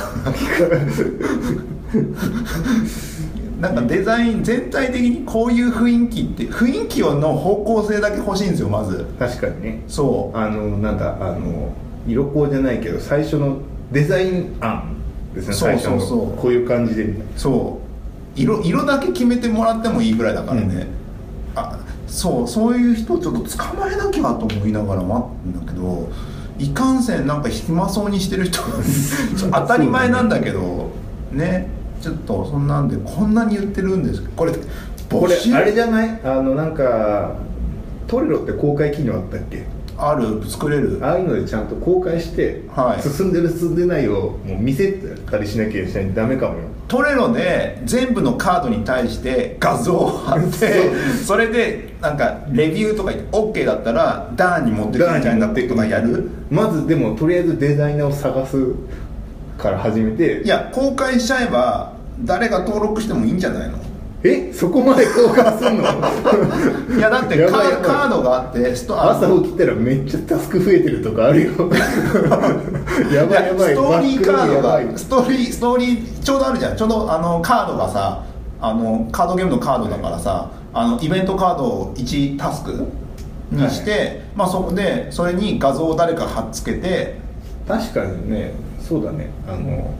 S1: なんかデザイン全体的にこういう雰囲気って雰囲気の方向性だけ欲しいんですよまず
S2: 確かにね
S1: そう
S2: あのなんだあの色光じゃないけど最初のデザイン案ですね
S1: そう
S2: 最初の
S1: そうそう
S2: こういう感じでみたいな
S1: そう色色だけ決めてもらってもいいぐらいだからね、
S2: うん
S1: あそうそういう人をちょっと捕まえなきゃと思いながら待ってんだけどいかんせんなんか暇そうにしてる人 がちょ当たり前なんだけどねちょっとそんなんでこんなに言ってるんですけどこれ
S2: こ
S1: 募
S2: れ
S1: 集
S2: あれじゃないあのなんかトレロって公開機能あったっけ
S1: ある作れる
S2: ああいうのでちゃんと公開して、
S1: はい
S2: 進んでる進んでないをもう見せたりしなきゃいけないダメかもよ
S1: トレロで全部のカードに対して画像を貼って
S2: そ
S1: それでなんかレビューとか言って OK だったらダーンに持ってくみたいになってとかやる
S2: まずでもとりあえずデザイナーを探すから始めて
S1: いや公開しちゃえば誰が登録してもいいんじゃないの
S2: えそこまで交換すんの
S1: いやだってカ
S2: やばいやば
S1: ー
S2: い
S1: カードがあってストあの
S2: 朝起きたらめっちゃタスク増えてるとか あるよやばいやば
S1: ス
S2: い
S1: トーリーカード
S2: バックナンバーやば
S1: が
S2: い
S1: ストーリーストーリーちょうどあるじゃんちょうどあのカードがさあのカードゲームのカードだからさあのイベントカードを1タスクにして、まあ、そこでそれに画像を誰か貼っつけて
S2: 確かにねそうだねあの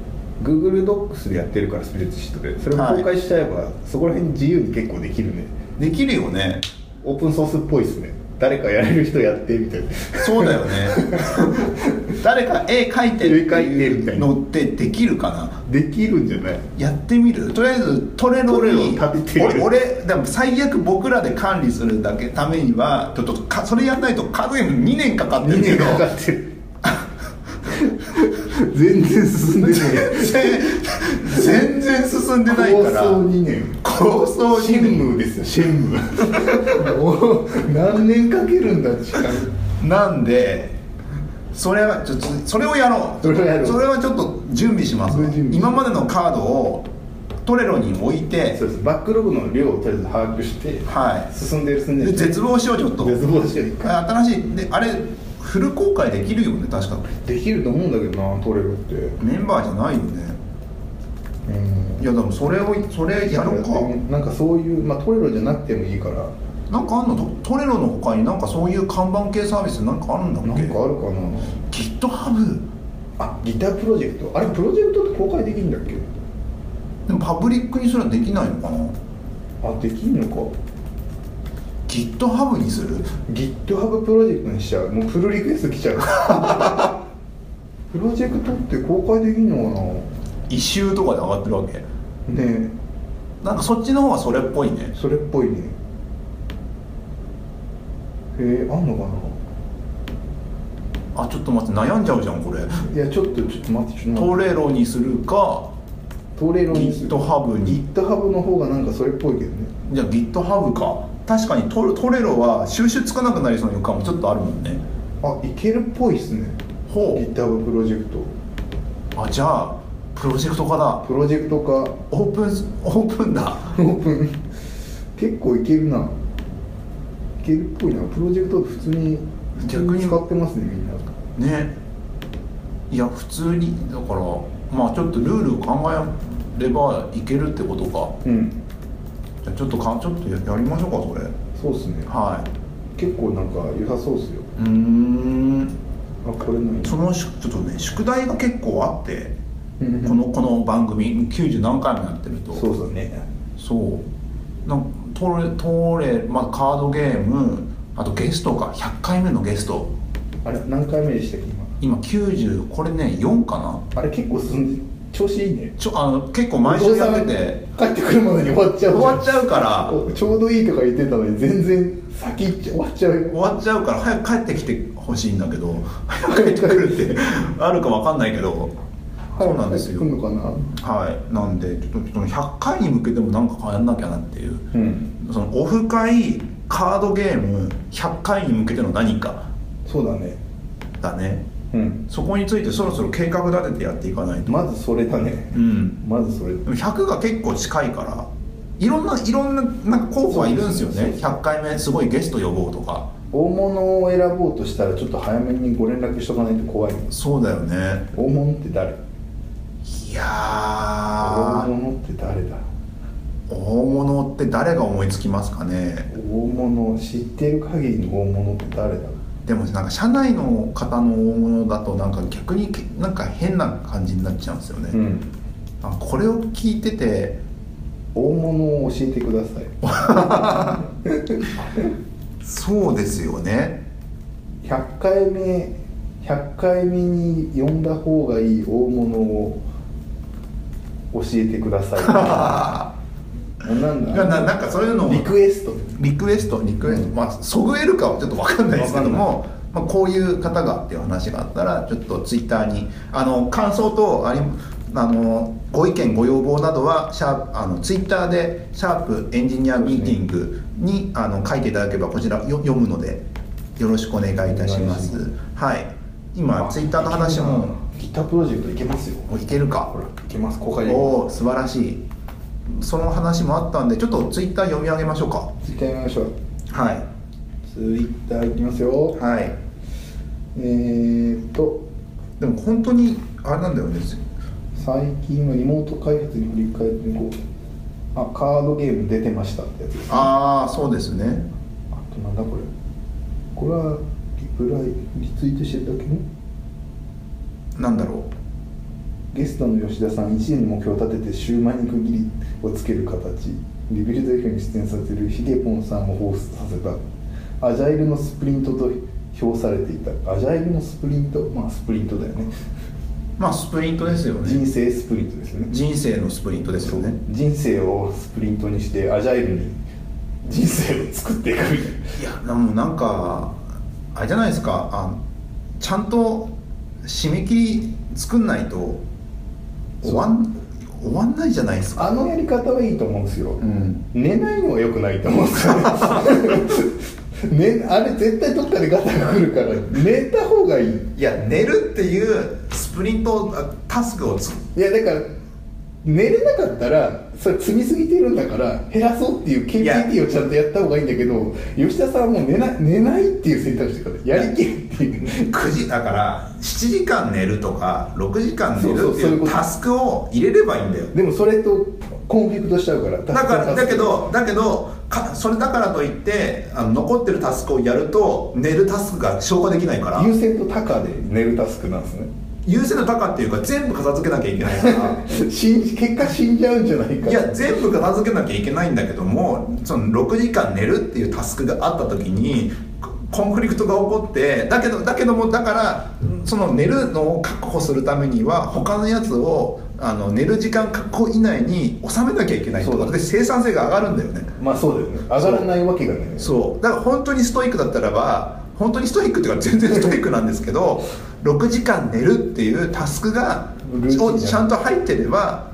S2: Google ドックスでやってるからスプレッドシートでそれを公開しちゃえば、そこら辺自由に結構できるね
S1: できるよね
S2: オープンソースっぽいっすね誰かやれる人やってみたいな
S1: そうだよね 誰か絵描いてる
S2: 絵描いてるみたいな
S1: のってできるかな
S2: できるんじゃない
S1: やってみるとりあえずトレロに
S2: トレロ立てて
S1: 俺俺でも最悪僕らで管理するだけためにはちょっとかそれやんないとカードゲーム2年かかって
S2: 2
S1: るけ
S2: 年
S1: ど
S2: かか ってる全然進んでない
S1: 全然進んでない
S2: 構
S1: から
S2: 想2年
S1: 構想
S2: シ
S1: に
S2: ェンムーですよシェンムーもう何年かけるんだ時間
S1: なんでそれはちょっとそれをやろう
S2: それをやろう
S1: それはちょっと準備します
S2: それ準備
S1: 今までのカードをトレロに置いて
S2: そうですバックログの量をとりあえず把握して
S1: は
S2: 進んでる進
S1: い
S2: んで
S1: で
S2: る
S1: 絶望しようちょっと
S2: 絶望しよう一回
S1: 新しいであれフル公開できるよね確か
S2: できると思うんだけどなトレロって
S1: メンバーじゃないよね
S2: うん
S1: いやでもそれをそれやろうか
S2: なんかそういう、まあ、トレロじゃなくてもいいから
S1: なんかあんのトトレロの他になんかそういう看板系サービスなんかあるんだっ
S2: なんか
S1: け
S2: あるかな
S1: GitHub
S2: あギタープロジェクトあれプロジェクトって公開できるんだっけ
S1: でもパブリックにすらできないのかな
S2: あできんのか
S1: GitHub にする
S2: GitHub プロジェクトにしちゃうもうフルリクエスト来ち ゃうプロジェクトって公開できんのか
S1: 異臭とかで上がってるわけ
S2: なね
S1: なんかそっちの方がそれっぽいね
S2: えそれっぽいねへえあんのか
S1: あちょっと待って悩んじゃうじゃんこれ
S2: ないやちょっとちょっと待ってちょっと
S1: ト
S2: 待
S1: レロにするか
S2: ってトレロにする
S1: GitHub に
S2: GitHub の方がなんかそれっぽいけどね
S1: じゃあ GitHub か確かにトレトレロは収集つかなくなりそうな予感もちょっとあるもんね
S2: あいけるっぽいっすね
S1: ほう
S2: GitHub プロジェクト
S1: あじゃあプロジェクト化だ
S2: プロジェクト化
S1: オープンオープンだ
S2: オープン結構いけるないけるっぽいなプロジェクト普通に普通
S1: 逆に
S2: に使ってますねみんな
S1: ねいや普通にだからまあちょっとルールを考えればいけるってことか
S2: うん
S1: じゃあちょっとかちょっとややりましょうかそれ
S2: そうっすね
S1: は
S2: 結構なんか良さそうっすよ
S1: いうーん
S2: あこれない
S1: そのしちょっとね宿題が結構あって
S2: うんうん
S1: このこの番組90何回もやってると
S2: そうだね
S1: そうなんトレトレ、まあ、カードゲームあとゲストか100回目のゲスト
S2: あれ何回目でしたっけ今
S1: 今90これね4かな
S2: あれ結構進んで調子いいね
S1: ちょあの結構毎週やってて
S2: お父さん帰ってくるまでに終わっちゃう
S1: 終わっちゃうから
S2: おちょうどいいとか言ってたのに全然先行っちゃ終わっちゃう
S1: 終
S2: よ
S1: わっちゃうから早く帰ってきてほしいんだけど早く帰ってくるってあるかわかんないけどそうなんですよ
S2: 帰ってくんのか
S1: はいなんでちょっとその100回に向けてもなんか変えなきゃなっていう
S2: なうん
S1: そのオフ会カードゲーム100回に向けての何か
S2: そうだね
S1: だね
S2: うん
S1: そこについてそろそろ計画立ててやっていかないと
S2: まずそれだね
S1: うん
S2: まずそれ
S1: でも100が結構近いからいろんないろんななんか候補はいるんですよ
S2: そう
S1: ね
S2: そうそう
S1: 100回目すごいゲスト呼ぼうとか
S2: 大物を選ぼうとしたらちょっと早めにご連絡しとかないと怖い
S1: そうだよね
S2: 大物って誰
S1: いや
S2: 大
S1: ー
S2: 物って誰だ
S1: 大物って誰が思いつきますかね
S2: 大物知ってる限りの大物って誰だ
S1: でもなんか社内の方の大物だとなんか逆にけなんか変な感じになっちゃうんですよね、
S2: ん
S1: あこれを聞いてて
S2: 大物を教えてください
S1: そうですよね
S2: 100回目100回目に呼んだ方がいい大物を教えてください なん
S1: な
S2: だ
S1: ななんかそういうのを
S2: リクエスト
S1: リクエストリクエスト、
S2: うん
S1: まあそぐえるかはちょっと分かんないですけど
S2: わ
S1: も、まあ、こういう方がっていう話があったらちょっとツイッターにあの感想とありあのご意見ご要望などはシャープあのツイッターで「シャープエンジニアミーティングに」あの書いていただければこちらよ読むのでよろしくお願いいたします
S2: お願いし
S1: はい今ツイッターの話も
S2: ギタープロジェクトいけますよ
S1: おいけるか
S2: ほらいけます公開できます
S1: おお素晴らしいその話もあったんでちょっとツイッター読み上げましょうか
S2: ツイッター見ましょう
S1: はい
S2: ツイッターいきますよ
S1: はい
S2: えーっと
S1: でも本当にあれなんだよね
S2: 最近のリモート開発に振り返ってこうあカードゲーム出てましたってやつですあ
S1: ああそうですね
S2: となんだこれこれはリプライリツイートしてるだけの
S1: なんだろ
S2: ゲストの吉田さん1年に目標を立ててシューマイに区切りをつける形リビルド F に出演させるヒゲポンさんを彷彿させたアジャイルのスプリントと評されていたアジャイルのスプリントまあスプリントだよね
S1: うまあスプリントですよ
S2: 人
S1: ね
S2: 生スプリントですよね
S1: 人生のスプリントですよね
S2: 人生をスプリントにしてアジャイルに人生を作っていくみたいない
S1: やもうなんかあれじゃないですかあちゃんと締め切り作んないと終わん終わんないじゃないですか
S2: あのやり方はいいと思うんですよ、
S1: うん
S2: 寝ないのは良くないと思う んですよね ねあれ絶対どっかでガタが来るから寝た方がいい
S1: いや寝るっていうスプリントあタスクをつ
S2: いやだから寝れなかったらそれ積みすぎてるんだから減らそうっていう
S1: いや
S2: KPT をちゃんとやった方がいいんだけど吉田さんはもう寝な寝ないっていう選択肢からやりきるっていう
S1: 9時だから7時間寝るとか6時間寝
S2: そう
S1: る
S2: そう
S1: って
S2: そうい
S1: いう
S2: こ
S1: う
S2: と
S1: タスクを入れればいいんだよ
S2: でもそれとコンフリクトしちゃうから
S1: だからだけどだけどかそれだからといってあの残ってるタスクをやると寝るタスクが消化できないから
S2: 優先と高で寝るタスクなんですね
S1: 優先の高っていうか全部片付けなきゃいけない から
S2: 死ん結果死んじゃうんじゃないか
S1: いや全部片付けなきゃいけないんだけどもその6時間寝るっていうタスクがあった時にココンフリクトが起こってだけどだけどもだからその寝るのを確保するためには他のやつをあの寝る時間確保以内に収めなきゃいけないってこ
S2: そ
S1: と
S2: う
S1: で
S2: だ
S1: 生産性が上がるんだよね
S2: まあそうだよね上がらないわけがない
S1: そうだから本当にストイックだったらば本当にストイックっていうか全然ストイックなんですけど6時間寝るっていうタスクが
S2: ルーティンだ
S1: をちゃんと入ってれば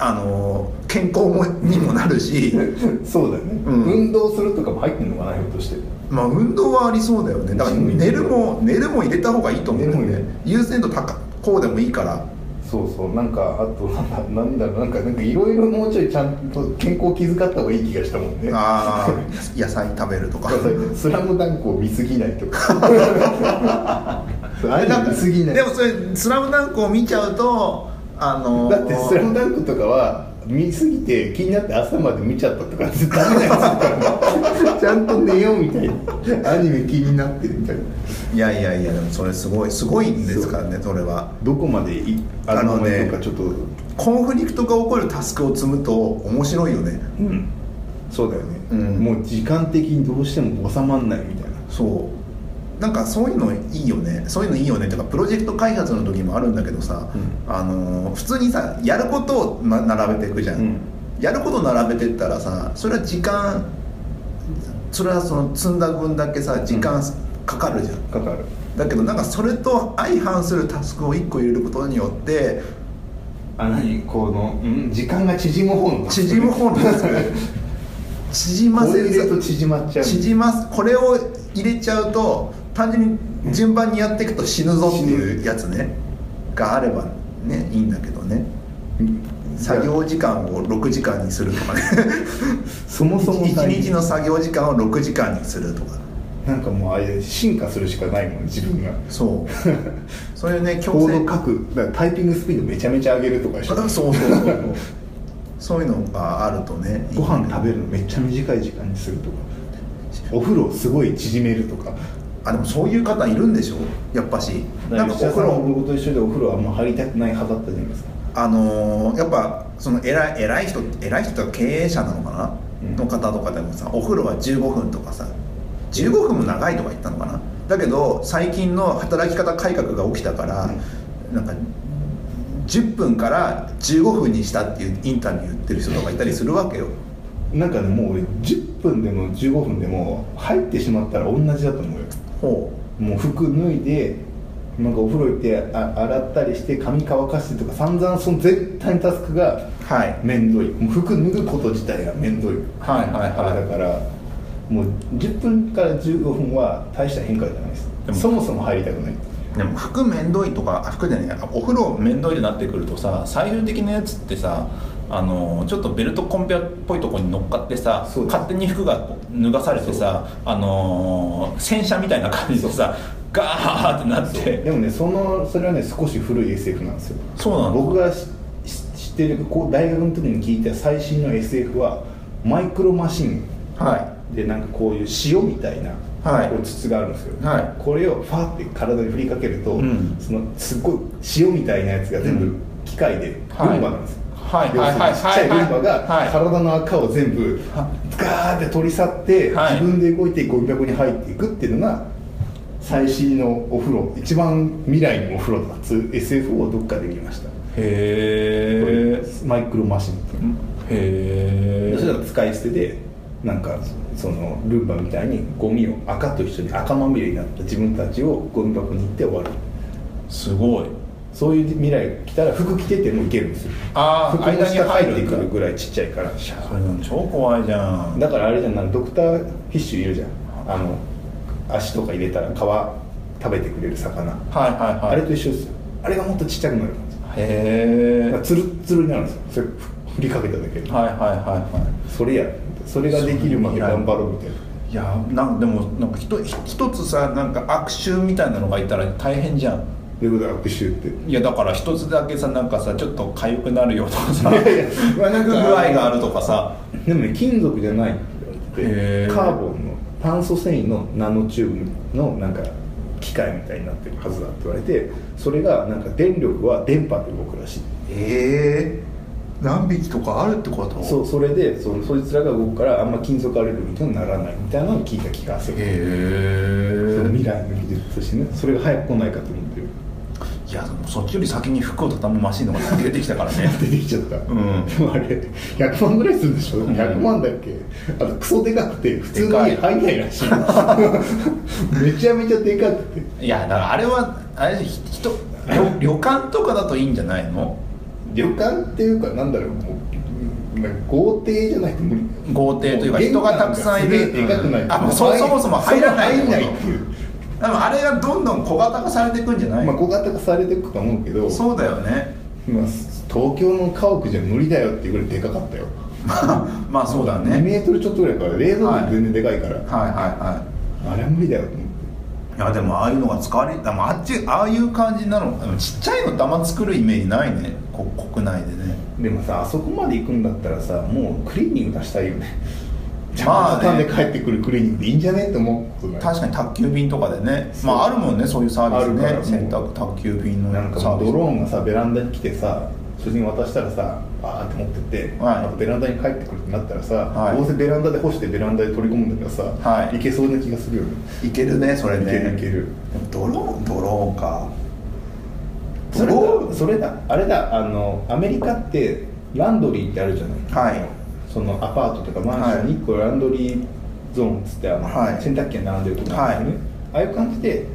S1: あの健康もにもなる し
S2: そうだよね、
S1: うん
S2: 運動するとかも入ってんのかなひょっとして
S1: まあ運動はありそうだよねだから寝るも寝るも入れた方がいいと思うんだよ
S2: 寝るも
S1: ね優先度高こうでもいいから
S2: そうそうなんかあと なんだなんだろうなんかなんかいろいろもうちょいちゃんと健康気遣った方がいい気がしたもんね
S1: あー 野菜食べるとか
S2: スラムダンクを見すぎないとか あ
S1: だ
S2: れなん
S1: か
S2: からすぎない
S1: でもそれ「スラムダンクを見ちゃうとあの
S2: だって「スラムダンクとかは見すぎて気になって朝まで見ちゃったとかってダメなやつだから ちゃんと寝ようみたいなアニメ気になってるみたいない
S1: やいやいやでもそれすごいすごいんですからねそれは
S2: どこまでいあ
S1: あの
S2: の
S1: ね
S2: ねとかちょっと
S1: コンフリクトが起こるタスクを積むと面白いよね
S2: うんそうだよね、
S1: うん
S2: もう時間的にどうしても収まんないみたいな
S1: そうなんかそういうのいいよねそういうのいいよねっていうかプロジェクト開発の時もあるんだけどさ、
S2: う
S1: あのー普通にさやることをな並べていくじゃん、
S2: うん
S1: やること並べてったらさそれは時間それはその積んだ分だけさ時間かかるじゃん、
S2: かかる
S1: だけどなんかそれと相反するタスクを1個入れることによって
S2: あ何このん時間が縮む方の
S1: 縮む方のタスク縮ま
S2: ま
S1: せ
S2: せ
S1: る
S2: 入れると縮まっちゃう
S1: 縮ますこれを入れちゃうと単純に順番にやっていくと死ぬぞっていうやつねがあればねいいんだけどね作業時間を6時間にするとかね
S2: そもそ も
S1: 一
S2: さ
S1: 日の作業時間を6時間にするとか
S2: なんかもうあれ進化するしかないもん自分が
S1: そう そういうね
S2: コ
S1: 強制
S2: ード書くだからタイピングスピードめちゃめちゃ上げるとかでしょ
S1: そうそうそうそうそういうのがあるとね
S2: ご飯食べるのめっちゃ短い時間にするとかお風呂をすごい縮めるとか
S1: あでもそういう方いるんでしょやっぱしなんかお風呂
S2: 僕と一緒でお風呂はあんま入りたくない派だったじゃないですか
S1: あのーやっぱその偉い偉い人偉い人は経営者なのかな、
S2: うん
S1: の方とかでもさお風呂は15分とかさ15分も長いとか言ったのかなだけど最近の働き方改革が起きたから、なんか10分から15分にしたっていうインタビュー言ってる人とかいたりするわけよ
S2: なんかねもう俺10分でも15分でも入ってしまったら同じだと思うよ
S1: ほ
S2: もう服脱いでなんかお風呂行ってあ洗ったりして髪乾かしてとか散々その絶対にタスクが
S1: うはい
S2: 面倒いもう服脱ぐこと自体が面倒い
S1: はいはいはい
S2: あれだからもう10分から15分は大した変化じゃないです
S1: でも
S2: そもそも入りたくない
S1: でも服めんどいとかあ服じゃないお風呂めんどいってなってくるとさ最終的なやつってさあのちょっとベルトコンベアっぽいところに乗っかってさ
S2: そうです
S1: 勝手に服がこう脱がされてさあの戦車みたいな感じでさガーってなっ
S2: で
S1: て
S2: もねそのそれはね少し古い SF なんですよ
S1: そうなの
S2: 僕がしし知ってるこう大学の時に聞いた最新の SF はマイクロマシン
S1: は
S2: でなんかこういう塩みたいな、
S1: はい
S2: こう筒があるんですよ、
S1: はい
S2: これをファーって体に振りかけると、
S1: うん
S2: そのすっごい塩みたいなやつが全
S1: う
S2: 部
S1: ん
S2: 機械でルンバ
S1: はい
S2: なんですよ、
S1: はい
S2: 要するに
S1: はい
S2: ちっちゃい
S1: はい
S2: ルンバが
S1: はい
S2: 体の赤を全部
S1: は
S2: ガーって取り去って
S1: はい
S2: 自分で動いてゴミ箱に入っていくっていうのが最新のお風呂一番未来のお風呂だっつう SF をどっかで見ました
S1: いへえ
S2: マイクロマシンっていう
S1: へ
S2: そした
S1: え
S2: ら使い捨てでなんかそのルンバみたいにゴミを赤と一緒に赤まみれになった自分たちをゴミ箱に行って終わる
S1: すごい
S2: そういう未来が来たら服着ててもいけるんですよ
S1: あ
S2: 服
S1: あ
S2: の
S1: 間に入
S2: 下入っ
S1: る
S2: て
S1: ん
S2: く
S1: だ
S2: るぐらいちっちゃいからシャー
S1: それなん超怖いじゃん
S2: だからあれじゃんないドクターフィッシュいるじゃんあの足とか入れたら皮食べてくれる魚、
S1: はいはいはい
S2: あれと一緒ですよあれがもっとちっちゃくなるんですよ
S1: へえ
S2: だからツルッツルになるんですよそれ振りかけただけで、
S1: はいはいはいはい
S2: それやそれができるまで頑張ろうみたいない
S1: やーなんでもなんかひとひ一つさなんか悪臭みたいなのがいたら大変じゃん
S2: ということは握手って
S1: いやだから一つだけさなんかさちょっと痒くなるよとか さ
S2: いやいやま あなんか
S1: 具合があるとかさ
S2: でもね金属じゃないって
S1: へー
S2: カーボンの炭素繊維のナノチューブのなんか機械みたいになってるはずだって言われてそれがなんか電力は電波で動くらしい
S1: ええ何匹とかあるってこと
S2: そうそれでそのそいつらが動くからあんま金属アレルギーにはならないみたいなのを聞いた気がする、その
S1: へ
S2: 未来の技術としてねそれが早く来ないかと思ってる
S1: えいやでもそっちより先に服を畳むマシンのが出てきたからね
S2: 出てきちゃった、
S1: ん
S2: で もあれ100万ぐらいするでしょ
S1: ん
S2: 100万だっけあとクソでかくて普通に
S1: でか
S2: 入
S1: い
S2: んないらし いめちゃめちゃでかくて
S1: いやだからあれはあれひひと旅旅館とかだといいんじゃないの
S2: 旅館っていうかなんだろうもうなんか豪邸じゃないと無理
S1: 豪邸というか人がたくさんいる
S2: 玄関がすげえでかくない、
S1: あもうそそもそも入らない
S2: そも入んない
S1: っ
S2: ってて
S1: こ
S2: い
S1: と
S2: う
S1: でもあれがどんどん小型化されていくんじゃない、
S2: まあ小型化されていくと思うけど
S1: そうだよね
S2: まあ東京の家屋じゃ無理だよっていうぐらいでかかったよ
S1: まあそうだ
S2: 2
S1: ね
S2: メートルちょっとぐらいから冷蔵
S1: はい
S2: 庫全然でかいから、
S1: はいはい
S2: あれは無理だよと思って
S1: はいいやでもああいうのが使われでもあっちああいう感じなのでもちっちゃいの玉作るイメージないねこ国内でね
S2: でもさあそこまで行くんだったらさもうクリーニング出したいよねじ
S1: まあ
S2: ゃあ
S1: ね
S2: 畳んで帰ってくるクリーニングでいいんじゃねって思うことない
S1: 確かに宅急便とかでね
S2: そう
S1: まああるもんねそういうサービ
S2: あるから
S1: スね洗濯宅急便の
S2: なんか
S1: サ
S2: さ
S1: ービ
S2: ド
S1: ス
S2: ローンがさベランダに来てさ主人に渡したらさバーって持ってって、
S1: はい
S2: あとベランダに帰ってくるってなったらさ、
S1: はい
S2: どうせベランダで干してベランダで取り込むんだからさ、
S1: はい
S2: けそうな気がするよね
S1: いけるねそれね
S2: いけるいける
S1: でもドローンドローンか
S2: それ
S1: ドロ
S2: だそれだあれだあのアメリカってランドリーってあるじゃない
S1: はい
S2: そのアパートとかマンションに一個ランドリーゾーンっつってあの、
S1: はい
S2: 洗濯機が並んでるとこなんですよね、ああいう感じで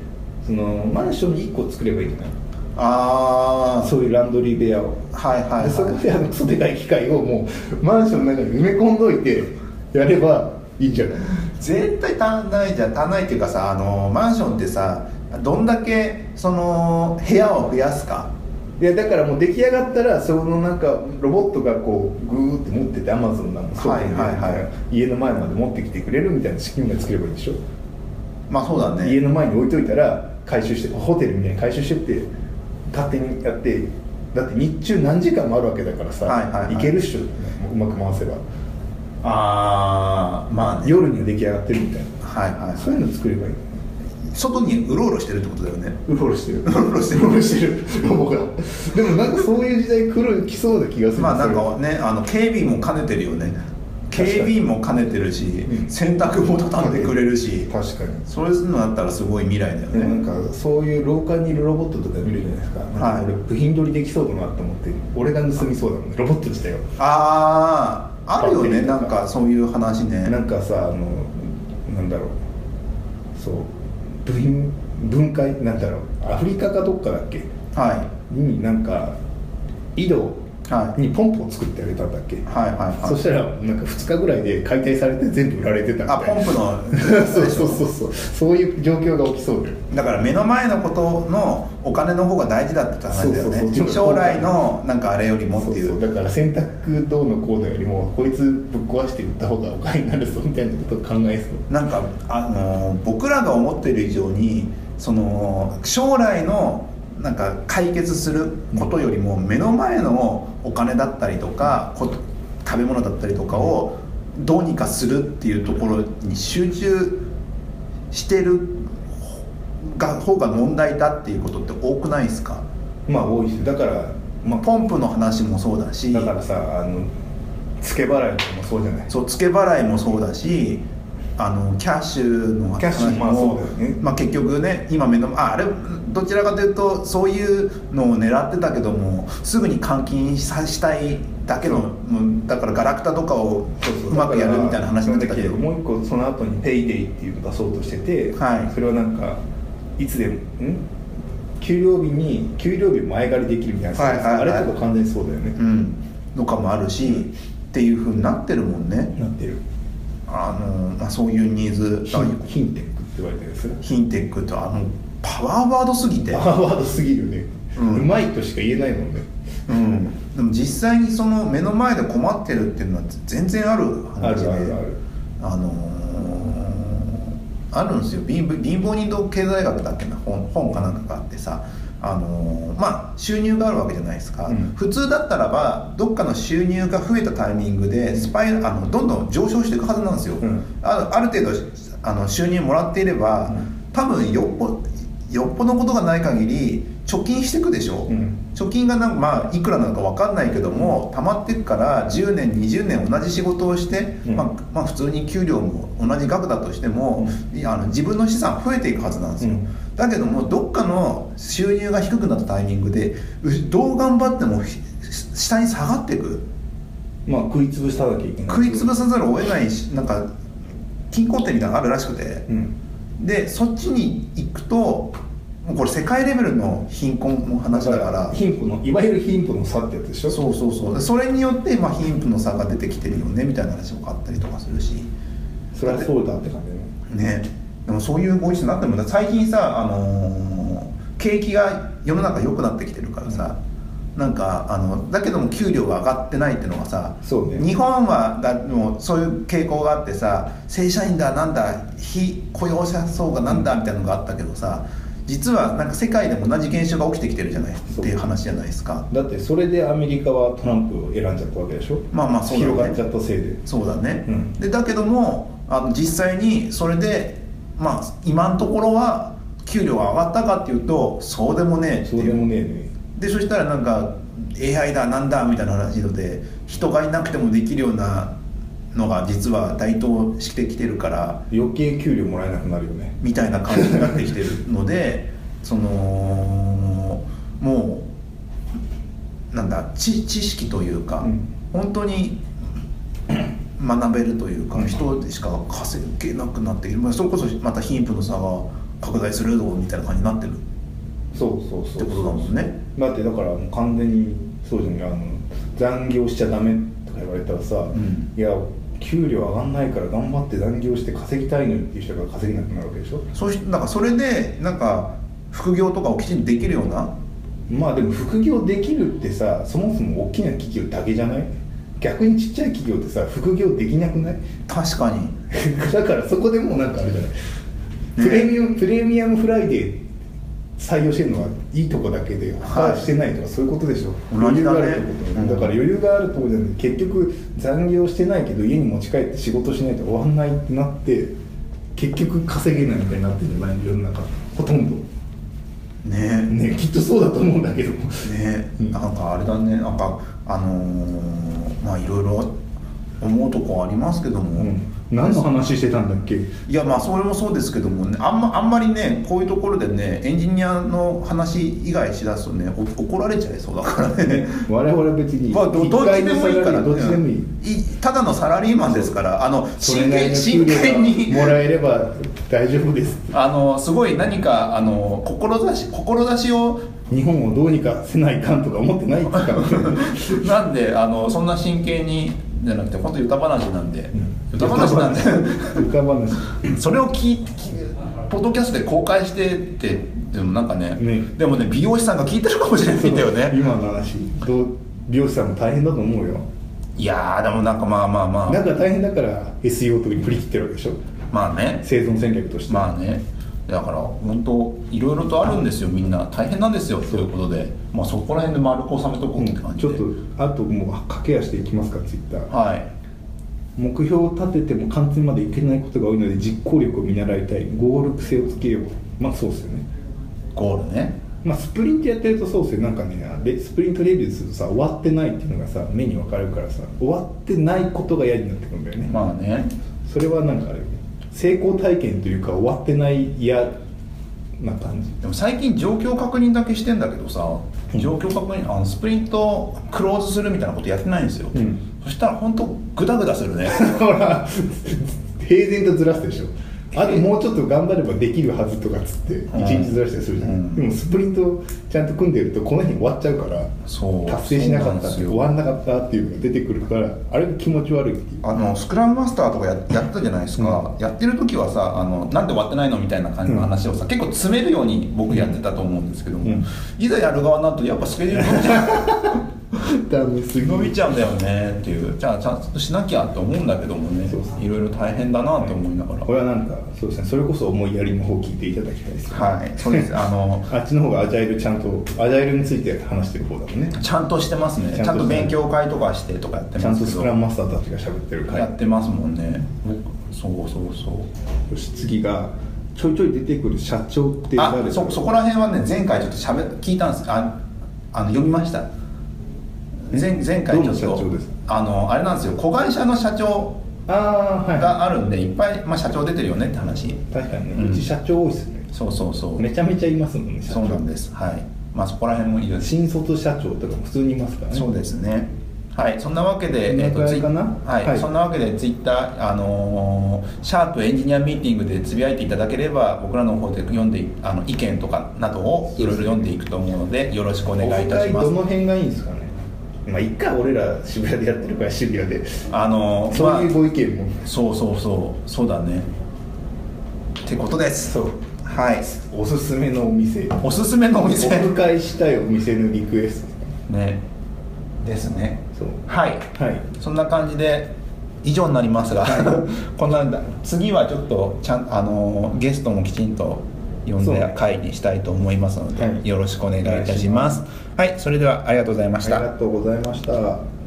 S2: そのマンションに1個作ればいいんじゃない
S1: ああ
S2: そういうランドリー部屋を
S1: はいはい、はい、
S2: でそこであのクソでかい機械をもうマンションの中に埋め込んどいてやればいいんじゃない
S1: 絶対足んないじゃん足んないっていうかさあのマンションってさどんだけその部屋を増やすか
S2: いやだからもう出来上がったらそのなんかロボットがこうグーって持っててアマゾンなんかそうだよね
S1: はいはいは
S2: 家の前まで持ってきてくれるみたいな仕組みが作ればいいでしょ
S1: まあそうだね
S2: 家の前に置いといたら回収してホテルみたいに回収してって勝手にやってだって日中何時間もあるわけだからさ、
S1: はいはいはい
S2: けるっしょうまく回せば
S1: ああまあね
S2: 夜には出来上がってるみたいな
S1: はいはい
S2: そういうの作ればいい
S1: 外にうろうろしてるってことだよね
S2: うろうろしてるう
S1: ろうろしてる
S2: ろしてるロボがでもなんかそういう時代来る来そうな気がする
S1: まあなん
S2: そ
S1: かねあの警備員も兼ねてるよね警備員も兼ねてるし、
S2: うん
S1: 洗濯も畳んでくれるし
S2: れ確かに
S1: それするのだったらすごい未来だよ
S2: でも
S1: ね
S2: なんかそういう廊下にいるロボットとか見るじゃないですか,、
S1: はい
S2: 俺部品取りできそうだなと思って俺が盗みそうだもんねロボット自体を
S1: あああるよね
S2: バッテリーと
S1: な
S2: か
S1: んかそういう話ね
S2: なんかさあのなんだろうそう部品分解なんだろうアフリカかどっかだっけ
S1: はい
S2: になんか井戸
S1: はい
S2: にポンプを作ってあげたんだっけ、
S1: はいはいはい
S2: そしたらなんか2日ぐらいで解体されて全部売られてたみ
S1: あポ
S2: たい
S1: ン
S2: な
S1: プの
S2: そうそうそうそうそういう状況が起きそうだよ
S1: だから目の前のことのお金の方が大事だって話だよ
S2: そうそうそう
S1: ね将来のなんかあれよりもって
S2: そう
S1: いう
S2: そうだから洗濯どうのこうのよりもこいつぶっ壊して売った方がお金になるぞみたいなことを考えそう
S1: なんかあのー僕らが思っている以上にその将来のなんか解決することよりも目の前のお金だったりとかこ食べ物だったりとかをどうにかするっていうところに集中してるが方が問題だっていうことって多くないですか、
S2: まあ多いしだから
S1: まあ、ポンプの話もそうだし
S2: だからさあの付け払いとかもそうじゃない
S1: そう付け払いもそうだしあのキャッシュの
S2: キャッシュ
S1: 話も
S2: まあそうだよね
S1: まあ、結局ね今目のああれどちらかというとそういうのを狙ってたけどもすぐに換金さしたいだけの、うんだからガラクタとかをうまくやるみたいな話になってたけど
S2: もう一個その後に「ペイデイっていうのを出そうとしてて、
S1: はい
S2: それはなんかいつでもん給料日に給料日前借りできるみたいな、
S1: はいはいはい
S2: あれとか完全にそうだよね
S1: う、んのかもあるし、っていうふうになってるもんね
S2: なってる
S1: あの、まあ、そういうニーズ
S2: ヒンヒンテックって言われてるんですよ
S1: ヒンテックとあのパワーワードすぎて
S2: パワーワードすぎるよね、
S1: う
S2: うんまいとしか言えないもんね
S1: うん、でも実際にその目の前で困ってるっていうのは全然ある話で
S2: あるあるある
S1: あのーあるんですよ貧乏貧乏人と経済学だっけな本本かなんかがあってさあのーまあ収入があるわけじゃないですか、
S2: うん
S1: 普通だったらばどっかの収入が増えたタイミングでスパイラあのどんどん上昇していくはずなんですよ、
S2: うん
S1: あある程度あの収入もらっていれば、
S2: うん
S1: 多分よっぽよっぽどことがない限り貯金していくでしょ、
S2: うん
S1: 貯金がなんかまあいくらなのか分かんないけども溜まってくから10年20年同じ仕事をして、
S2: うん
S1: まあ、まあ普通に給料も同じ額だとしても、いあの自分の資産増えていくはずなんですよ、
S2: うん
S1: だけどもどっかの収入が低くなったタイミングでうどう頑張ってもひ下に下がっていく
S2: まあ食い潰さなきゃいけない
S1: 食い潰さざるを得ないしなんか均衡点みたいなのがあるらしくて、
S2: うん
S1: でそっちに行くともうこれ世界レベルの貧困の話だから
S2: 貧富のいわゆる貧富の差ってやつでしょ
S1: そうそうそうでそれによってまあ貧富の差が出てきてるよねみたいな話もあったりとかするし
S2: それはそうだって感じだね
S1: ねでもそういうご時世になっても最近さ、あのー景気が世の中良くなってきてるからさ、なんかあのだけども給料が上がってないっていうのがさ
S2: そうね
S1: 日本はだもうそういう傾向があってさ正社員だなんだ非雇用者層がなんだみたいなのがあったけどさ実はなんか世界でも同じ現象が起きてきてるじゃないっ
S2: そう
S1: ていう話じゃないですか
S2: だってそれでアメリカはトランプを選んじゃったわけでしょ
S1: まあまあそうだね
S2: 広がっちゃったせいで
S1: そうだね、
S2: うん
S1: でだけどもあの実際にそれでまあ今のところは給料が上がったかっていうとそうでもねえって
S2: そう
S1: い
S2: で
S1: う
S2: もねえね
S1: でそしたらなんか AI だなんだみたいな話ので人がいなくてもできるようなのが実は台頭してきてるから
S2: 余計給料もらえなくなるよね
S1: みたいな感じになってきてるので そのもうなんだ知知識というか、
S2: うん
S1: 本当に 学べるというか、
S2: うん
S1: 人しか稼げなくなっている、まあ、それこそまた貧富の差が拡大するぞみたいな感じになってるっ
S2: そうそうそう
S1: てことだもんね。
S2: だってだからもう完全にそうじゃないあの残業しちゃダメとか言われたらさ、
S1: ん
S2: いや給料上がんないから頑張って残業して稼ぎたいのにっていう人が稼げなくなるわけでしょ
S1: そうしなんかそれでなんか副業とかをきちんとできるような
S2: まあでも副業できるってさそもそも大きな企業だけじゃない逆にちっちゃい企業ってさ副業できなくない
S1: 確かに
S2: だからそこでもうなんかあれじゃない、プレミアムプレミアムフライデー採用してるのはいいとこだけで他はしてないとかそういうことでしょ、
S1: 同じ
S2: 余裕
S1: だ
S2: が
S1: ね
S2: あるってこと、
S1: うん
S2: だから余裕があるとこじゃない結局残業してないけど家に持ち帰って仕事しないと終わんないってなって結局稼げないみたいになってるんじゃない世の中ほとんど
S1: ね
S2: ねきっとそうだと思うんだけど
S1: ね、
S2: うん
S1: なんかあれだねなんかあのーまあいろいろ思うとこありますけども、
S2: 何の話してたんだっけ
S1: いやまあそれもそうですけどもねあん,、まあんまりねこういうところでねエンジニアの話以外しだすとねお怒られちゃいそうだからね
S2: 我々は別に
S1: まあどどっちでもいいから
S2: どっちでもいい、
S1: うんいただのサラリーマンですからあの
S2: それ
S1: 真
S2: なり
S1: 剣
S2: の
S1: 真剣
S2: 給
S1: に
S2: 料がもらえれば大丈夫です
S1: あのすごい何かあの志志を
S2: 日本をどうにかせないかんとか思ってないから
S1: なんであのそんな真剣にじゃなくて本当に歌話なんで、歌話なんで
S2: 歌話
S1: それを聞いて聞いポッドキャストで公開してってでもなんかね
S2: ね
S1: でもね美容師さんが聞いてるかもしれないんだよね
S2: 今の話どう美容師さんも大変だと思うよ
S1: いやーでもなんかまあまあまあ
S2: なんか大変だから SEO とかに振り切ってるわけでしょ
S1: まあね
S2: 生存戦略として、
S1: まあねだから本当いろいろとあるんですよみんな大変なんですよということで、まあ、そこら辺で丸く収めとこ
S2: う
S1: うんって感じ
S2: ち
S1: で、
S2: ょっとあともう駆け足でいきますかツイッター
S1: はい
S2: 目標を立てても完全までいけないことが多いので実行力を見習いたいゴール癖をつけようまあそうですよね
S1: ゴールね
S2: まあ、スプリントやってるとそうですよなんかねでスプリントレビューするとさ終わってないっていうのがさ目に分かるからさ終わってないことが嫌になってくるんだよね、
S1: まあね
S2: それはなんかあれよね成功体験というか終わってない嫌な感じ
S1: でも最近状況確認だけしてんだけどさ状況確認あのスプリントクローズするみたいなことやってないんですよ、
S2: うん
S1: そしたら本当グダグダす るね
S2: ほら平然とずらすでしょあともうちょっと頑張ればできるはずとかっつって
S1: ん
S2: 1日ずらしたりするじゃない、
S1: うん
S2: でもスプリントちゃんと組んでるとこの日に終わっちゃうから
S1: そう
S2: 達成しなかった
S1: そうな
S2: って
S1: んですよ
S2: 終わんなかったっていうのが出てくるからあれが気持ち悪いっていう
S1: あのスクラムマスターとかややってたじゃないですか、やってる時はさあのなんで終わってないのみたいな感じの話をさ、結構詰めるように僕やってたと思うんですけども、
S2: うん
S1: いざやる側になるとやっぱスケジュール伸びちゃう
S2: ダメすぎ
S1: 伸びちゃ うんだよねっていうじゃあちゃんとしなきゃと思うんだけどもね
S2: そうそう
S1: いろいろ大変だなと思いながら
S2: これはなんかそうですねそれこそ思いやりの方聞いていただきたいですね
S1: はいそうですあの
S2: あっちの方がアジャイルちゃんとアジャイルについて話してる方だもんね
S1: ちゃんとしてますねち
S2: ち
S1: ゃ
S2: ゃんと
S1: んと勉強会とかしてとかやって
S2: ちゃ
S1: ま
S2: ん
S1: す
S2: と
S1: け
S2: ス
S1: ど
S2: クラムマスターたちが喋ってる回
S1: やってますもんね僕そうそうそう
S2: よし次がちょいちょい出てくる社長って
S1: あ
S2: 誰
S1: そそこら辺はね前回ちょっとしゃべ聞いたんですああの読みました前前回ちょっ
S2: どの
S1: と
S2: 社長です
S1: あのあれなんですよ子会社の社長
S2: ああーは
S1: があるんでいっぱい、まあ、社長出てるよねって話
S2: い確かにね、
S1: うん
S2: うち社長多いっすね
S1: そうそうそう、
S2: めちゃめちゃいますもんね社長
S1: そうなんですはいまあそこら辺もいるし
S2: 新卒社長とかも普通にいますからね
S1: そうですねはいそんなわけで
S2: こんな
S1: えっと
S2: ぐら
S1: ツ
S2: い
S1: イ
S2: かな
S1: はい、
S2: はい
S1: そんなわけでツイッターあのーシャープエンジニアミーティングでつぶやいていただければ僕らの方で読んでいあの意見とかなどをいろいろ読んでいくと思うのでよろしくお願いいたします
S2: お二人どの辺がいいんですかねまあ一回俺ら渋谷でやってるから渋谷で
S1: あの
S2: そういう
S1: ま
S2: ご意見も
S1: あそうそうそうそうだねってことです
S2: そう
S1: はい
S2: おすすめのお店
S1: おすすめのお店
S2: オフ会したいお店のリクエス
S1: ねですね
S2: トそう
S1: はい
S2: はい
S1: そんな感じで以上になりますが こんなんだ次はちょっとちゃんあのゲストもきちんと呼ん
S2: そう
S1: で
S2: ね
S1: 会にしたいと思いますので、
S2: はい
S1: よろしくお願いいたしますはいそれではありがとうございまし
S2: あ
S1: た
S2: りがとうございました